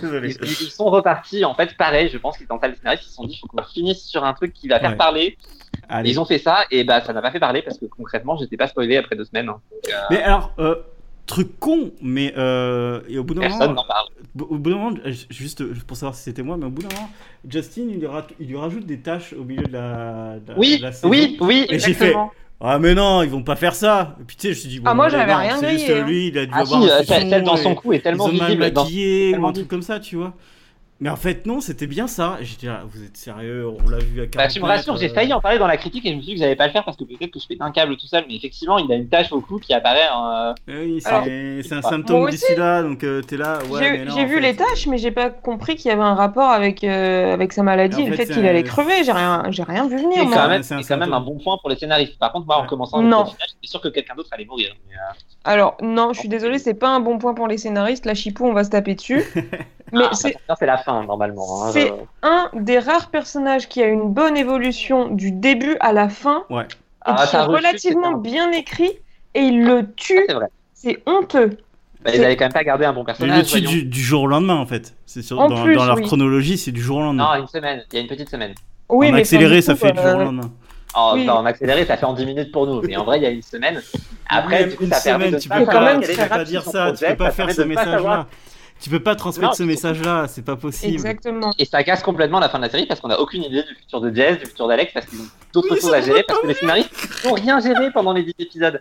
S1: [LAUGHS] Désolé.
S2: ils- ils sont repartis, en fait, pareil, je pense qu'ils dans le scénariste, ils se sont dit, faut qu'on finisse sur un truc qui va faire
S1: Ouais.
S2: parler.
S1: Allez.
S2: Ils ont fait ça, et bah, ça n'a pas fait parler, parce que concrètement, j'étais pas spoilé après deux semaines. hein.
S1: Mais alors, euh, truc con, mais euh, et au bout d'un
S2: Personne
S1: moment,
S2: n'en parle.
S1: au bout d'un moment, euh, juste pour savoir si c'était moi, mais au bout d'un moment, Justin, il lui, ra- il lui rajoute des tâches au milieu de la, de la-
S2: Oui,
S1: de Euh, la saison.
S2: oui, oui,
S1: Et j'ai fait,
S2: exactement.
S1: Ah mais non, ils vont pas faire ça. Et puis tu sais, je me suis dit bon,
S3: Ah, moi,
S1: allez,
S3: j'avais
S1: non,
S3: rien
S1: C'est juste
S3: grillé, hein.
S1: lui, il a dû
S2: Ah si,
S1: avoir un
S2: euh,
S1: frisson
S2: celle celle dans
S1: et-
S2: son cou est tellement
S1: ils ont mal
S2: visible. dans-
S1: maquillé ou
S2: tellement
S1: un truc comme ça, tu vois. Mais en fait, non, c'était bien ça. Et J'étais là, vous êtes sérieux, on l'a vu à 40
S2: Bah, tu me rassures,
S1: mètres,
S2: j'ai
S1: euh,
S2: failli en parler dans la critique et je me suis dit que j'allais pas le faire parce que peut-être que je pète un câble tout seul, mais effectivement, il a une tache au cou qui apparaît en. euh,
S1: Oui, c'est
S3: Alors,
S1: c'est un
S2: Moi
S1: symptôme
S3: aussi.
S1: d'ici là, donc euh, t'es là. Ouais,
S3: J'ai-
S1: mais non,
S3: j'ai
S1: en
S3: vu
S1: fait,
S3: les tâches, mais j'ai pas compris qu'il y avait un rapport avec, euh, avec sa maladie,
S1: Et en
S3: le
S1: fait,
S3: fait, qu'il
S1: c'est-
S3: allait crever. J'ai rien, j'ai rien vu
S2: C'est
S3: venir,
S1: ça-
S3: moi.
S2: quand, même,
S1: c'est un
S2: c'est quand même un
S1: symptôme.
S2: bon point pour les scénaristes. Par contre, moi, en
S1: Ouais.
S2: commençant avec
S3: Non.
S2: le final, j'étais sûr que quelqu'un d'autre allait mourir. mais, euh,
S3: Alors, non, je suis désolée, c'est pas un bon point pour les scénaristes. La chipou, on va se
S1: [LAUGHS]
S3: taper dessus. Mais
S2: ah, ça
S3: c'est
S2: tombe bien, c'est la fin, normalement. hein,
S3: C'est-
S2: euh,
S3: un des rares personnages qui a une bonne évolution du début à la fin
S1: Ouais.
S3: et
S2: Ah,
S3: qui est
S2: sa rechute,
S3: relativement
S2: c'est un-
S3: bien écrit et il le tue.
S2: C'est vrai.
S3: C'est honteux.
S2: Bah, ils
S3: C'est-
S2: avaient quand même pas gardé un bon
S1: Il
S2: personnage.
S1: le tue
S2: voyons.
S1: du, du jour au lendemain, en fait. C'est sûr,
S3: En
S1: dans,
S3: plus,
S1: dans leur
S3: oui.
S1: chronologie, c'est du jour au
S2: Non,
S1: lendemain.
S2: une semaine. Il y a une petite semaine. Oh,
S3: Oui,
S1: en
S3: mais
S1: accéléré, ça
S3: enfin, du coup,
S1: fait du jour au
S3: euh,
S1: lendemain.
S2: En,
S3: Oui.
S2: enfin, en accéléré, ça fait en 10 minutes pour nous. Mais en vrai, il y a une semaine. Après,
S1: Même
S2: du coup,
S1: une
S2: ça permet
S1: semaine,
S2: de
S1: tu
S2: pas
S1: peux
S2: savoir
S1: pas,
S3: quand
S2: quel
S1: tu
S2: est
S1: peux
S2: le
S1: pas
S2: reste
S1: dire
S2: de son
S1: ça, tu
S2: projet,
S1: peux pas faire
S2: permet
S1: ce
S2: de pas savoir
S1: message-là. Tu peux pas transmettre
S2: Non,
S1: ce
S2: surtout-
S1: message-là, c'est pas possible.
S3: Exactement.
S2: Et ça casse complètement la fin de la série parce qu'on n'a aucune idée du futur de Jazz, du futur d'Alex, parce qu'ils ont d'autres
S1: Oui,
S2: choses
S1: ça
S2: à
S1: va
S2: gérer,
S1: pas
S2: parce que les scénaristes n'ont rien géré pendant les 10 épisodes.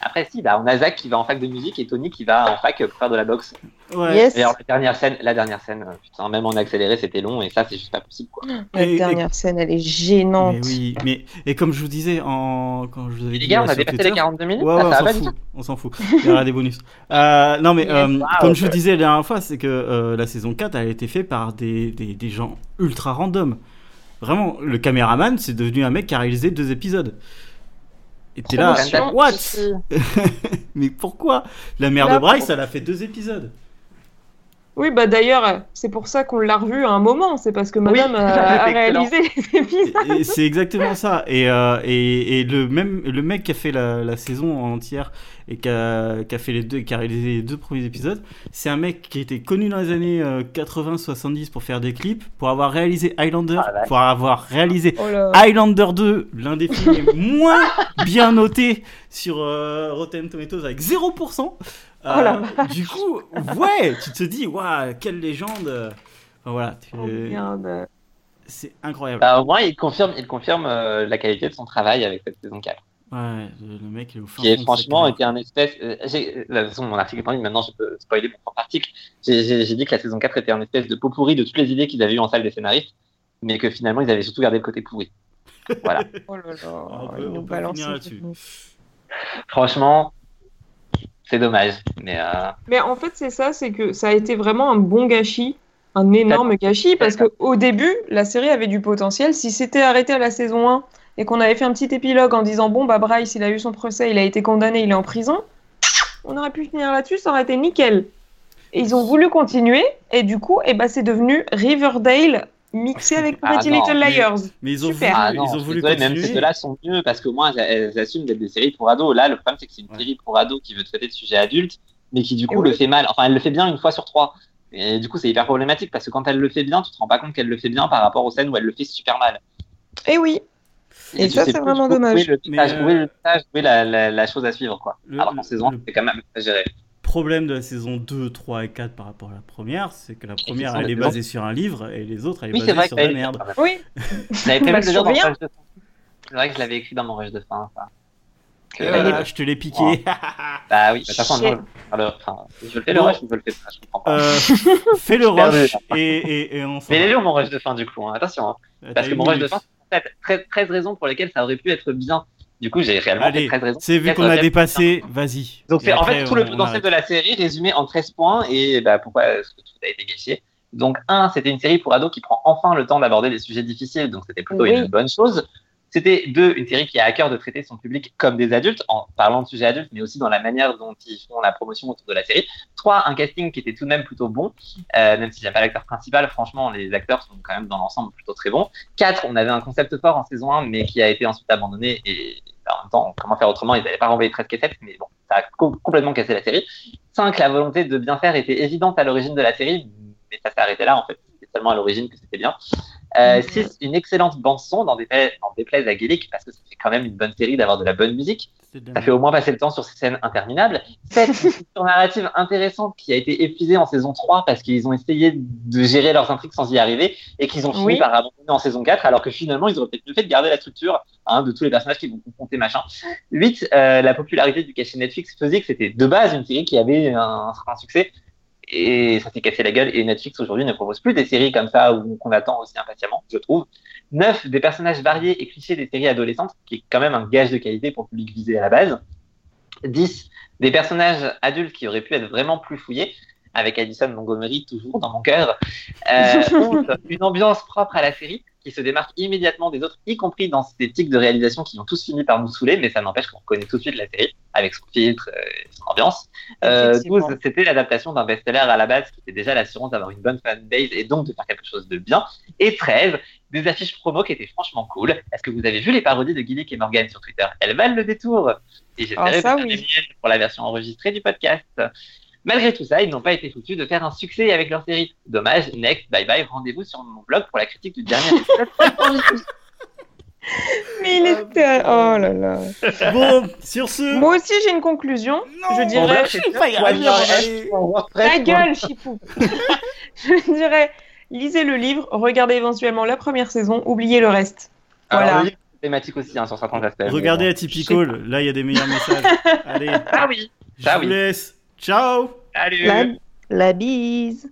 S2: Après, si, bah, on a Zach qui va en fac de musique et Tony qui va en fac pour faire de la boxe.
S1: Ouais.
S3: Yes.
S2: Et alors, la dernière scène, la dernière scène, euh, putain, même en accéléré, c'était long et ça, c'est juste pas possible, quoi.
S3: La
S1: Et- et-
S3: dernière scène, elle est gênante.
S1: Mais oui, mais et comme je vous disais en quand je vous avais
S2: Les
S1: dit
S2: gars,
S1: euh,
S2: on a
S1: sur
S2: dépassé
S1: Twitter-
S2: les 42 minutes, Ah,
S1: Ouais,
S2: ça,
S1: ouais,
S2: ça va
S1: on
S2: pas
S1: s'en
S2: du
S1: fout,
S2: tout.
S1: on s'en
S2: [LAUGHS]
S1: fout. Il y aura des bonus. Euh, non, mais
S3: Yes.
S1: euh,
S2: Ah,
S1: comme
S2: ouais.
S1: je vous disais la dernière fois, c'est que euh, la saison 4 elle a été faite par des, des, des gens ultra random. Vraiment, le caméraman, c'est devenu un mec qui a réalisé deux épisodes. Et t'es là,
S2: Promotion.
S1: what Mais pourquoi La mère
S3: Là,
S1: de Bryce, elle a fait deux épisodes.
S3: Oui, bah d'ailleurs, c'est pour ça qu'on l'a revu à un moment. C'est parce que
S2: Oui,
S1: [LAUGHS]
S3: madame a,
S2: ça,
S3: a
S2: c'est
S3: réalisé [LAUGHS] les épisodes.
S1: Et- et c'est exactement ça. Et, euh, et, et le même le mec qui a fait la, la saison entière et qui a, qui a fait les deux, qui a réalisé les deux premiers épisodes, c'est un mec qui était connu dans les années 80-70 pour faire des clips, pour avoir réalisé Highlander,
S2: Ah, ouais.
S1: pour avoir réalisé
S3: Oh là.
S1: Highlander 2, l'un des films les moins bien notés sur euh, Rotten Tomatoes avec 0%. Euh,
S3: Oh la
S1: du coup, ouais, tu te dis, waouh, quelle légende. Enfin, voilà, tu-
S3: Oh, merde.
S1: c'est incroyable.
S2: Bah, au moins, il confirme, il confirme euh, la qualité de son travail avec cette saison 4.
S1: Ouais, le le mec, il est au fin
S2: qui est
S1: fond de sa
S2: franchement
S1: cave.
S2: était un espèce. euh, j'ai- la façon, mon article est en ligne, maintenant je peux spoiler mon propre article. J'ai- J'ai j'ai dit que la saison 4 était un espèce de pot pourri de toutes les idées qu'ils avaient eues en salle des scénaristes, mais que finalement ils avaient surtout gardé le côté pourri. Voilà.
S3: Oh là là.
S1: On peut-
S3: ils
S1: on
S3: nous
S1: peut
S3: balancent
S1: finir
S3: un
S1: là-dessus.
S3: truc.
S2: franchement, c'est dommage. Mais euh,
S3: Mais en fait, c'est ça, c'est que ça a été vraiment un bon gâchis, un énorme gâchis, parce que au début, la série avait du potentiel. Si c'était arrêté à la saison 1 et qu'on avait fait un petit épilogue en disant bon, bah Bryce, il a eu son procès, il a été condamné, il est en prison, on aurait pu finir là-dessus, ça aurait été nickel. Et ils ont voulu continuer, et du coup, eh ben, c'est devenu Riverdale mixé avec
S2: Ah
S3: Pretty
S2: non,
S3: Little
S1: mais-
S3: Liars.
S1: Mais ils ont voulu,
S3: Super.
S2: ah non,
S1: ils ont
S2: je suis
S1: voulu
S2: désolé, même
S1: continuer.
S2: ces deux-là sont mieux parce qu'au moins elles, elles assument d'être des séries pour ados. Là, le problème c'est que c'est une
S1: Ouais.
S2: série pour ados qui veut traiter de sujets adultes, mais qui du coup
S3: oui.
S2: le fait mal. Enfin, elle le fait bien une fois sur trois. Et du coup, c'est hyper problématique parce que quand elle le fait bien, tu te rends pas compte qu'elle le fait bien par rapport aux scènes où elle le fait super mal.
S3: Et Eh oui, Et
S2: tu
S3: ça,
S2: sais
S3: c'est
S2: plus
S3: vraiment
S2: trop où est
S3: dommage.
S2: le
S1: Mais,
S2: message,
S1: euh,
S2: où est le message, où est la, la- la chose à suivre, quoi.
S1: Le-
S2: Alors qu'en saison,
S1: le-
S2: c'est quand même géré.
S1: problème de la saison 2, 3 et 4 par rapport à la première, c'est que la première,
S2: sont
S1: elle est
S2: dedans.
S1: basée sur un livre et les autres, elle est
S2: Oui, c'est
S1: basée
S2: vrai que
S1: sur
S2: t'as
S1: la
S2: eu- [LAUGHS]
S1: merde.
S3: oui,
S2: Je l'avais prévu
S3: Bah,
S2: de le dire dans
S3: sur
S2: mon
S3: rien.
S2: rush de fin. C'est vrai que je l'avais écrit dans mon rush de fin, ça. Que-
S1: Et
S3: voilà.
S2: Euh,
S1: voilà, Euh, je te l'ai
S2: [LAUGHS]
S1: piqué.
S2: Bah oui, de toute façon,
S3: Shit.
S2: non, alors, enfin, je le fais le
S1: Bon.
S2: rush ou je le fais pas, je comprends pas.
S1: Euh, fais le
S2: Perdu.
S1: rush et, et, et on s'en
S2: Mais il
S1: va.
S2: est long mon rush de fin du coup, hein, attention. hein.
S1: T'as
S2: Parce que
S1: une
S2: mon rush de
S1: minute.
S2: fin, c'est 13, 13 raisons pour lesquelles ça aurait pu être bien. Du coup, j'ai réellement fait
S1: Allez,
S2: 13 raisons.
S1: c'est vu
S2: Quatre,
S1: qu'on a
S2: quatre,
S1: dépassé, vas-y.
S2: Donc,
S1: Et
S2: c'est en
S1: après,
S2: fait tout le
S1: on- on
S2: potentiel
S1: arrête.
S2: de la série résumé en 13 points et bah, pourquoi est-ce que tout a été gâché. Donc, un, c'était une série pour ados qui prend enfin le temps d'aborder des sujets difficiles, donc c'était plutôt
S3: Oui.
S2: une bonne chose. C'était deux, une série qui a à cœur de traiter son public comme des adultes, en parlant de sujets adultes, mais aussi dans la manière dont ils font la promotion autour de la série. Trois, un casting qui était tout de même plutôt bon, euh, même si j'aime pas l'acteur principal, franchement, les acteurs sont quand même dans l'ensemble plutôt très bons. Quatre, on avait un concept fort en saison 1, mais qui a été ensuite abandonné, et bah, en même temps, comment faire autrement, ils n'avaient pas renvoyé 13 cassettes, mais bon, ça a co- complètement cassé la série. 5. La volonté de bien faire était évidente à l'origine de la série, mais ça s'est arrêté là en fait. C'était seulement à l'origine que c'était bien.
S3: Mhm.
S2: 6. Une excellente bande-son dans des déplaise à Guélic, parce que c'est quand même une bonne série d'avoir de la bonne musique.
S1: C'est de la
S2: Ça fait au moins passer le temps sur ces scènes interminables. 7. Une structure narrative intéressante qui a été épuisée en saison 3 parce qu'ils ont essayé de gérer leurs intrigues sans y arriver et qu'ils ont fini
S3: Oui.
S2: par abandonner en saison 4 alors que finalement ils auraient peut-être mieux fait de garder la structure hein, de tous les personnages qui vont confronter machin. 8. euh, la popularité du cachet Netflix faisait que c'était de base une série qui avait un, un succès et ça s'est cassé la gueule et Netflix aujourd'hui ne propose plus des séries comme ça où qu'on attend aussi impatiemment, je trouve. 9. Des personnages variés et clichés des séries adolescentes, qui est quand même un gage de qualité pour le public visé à la base. 10. Des personnages adultes qui auraient pu être vraiment plus fouillés, avec Addison Montgomery toujours dans mon cœur. Euh, 11, une ambiance propre à la série qui se démarque immédiatement des autres, y compris dans ces tics de réalisation qui ont tous fini par nous saouler, mais ça n'empêche qu'on reconnaît tout de suite la série avec son filtre euh, et son ambiance. Euh,
S3: Effectivement.
S2: 12, c'était l'adaptation d'un best-seller à la base qui était déjà l'assurance d'avoir une bonne fanbase et donc de faire quelque chose de bien. Et 13, des affiches promo qui étaient franchement cool. Est-ce que vous avez vu les parodies de Guilic et Morgan sur Twitter Elles valent le détour. Et
S3: Ah,
S2: j'espérais
S3: ça,
S2: faire les
S3: oui.
S2: miennes pour la version enregistrée du podcast. Malgré tout ça, ils n'ont pas été foutus de faire un succès avec leur série. Dommage, next, bye bye, rendez-vous sur mon blog pour la critique
S3: [LAUGHS]
S2: du dernier épisode.
S3: mais il était. Oh là là.
S1: Bon, sur ce.
S3: Moi aussi, j'ai une conclusion. je dirais-
S1: on va chez toi, il y a rien à
S2: Wonderland.
S1: dire.
S3: Ta gueule, Chipou [LAUGHS] Je dirais, lisez le livre, regardez éventuellement la première saison, oubliez le reste. Voilà.
S2: Alors, le livre, c'est thématique aussi hein, sur certains aspects. mais
S1: Regardez
S2: bon.
S1: Atypical, là il y a des meilleurs
S2: [LAUGHS]
S1: messages. Allez,
S2: Ah oui,
S1: je
S2: Ah
S1: vous
S2: oui. Euh,
S1: laisse. Ciao
S2: salut
S3: La, la bise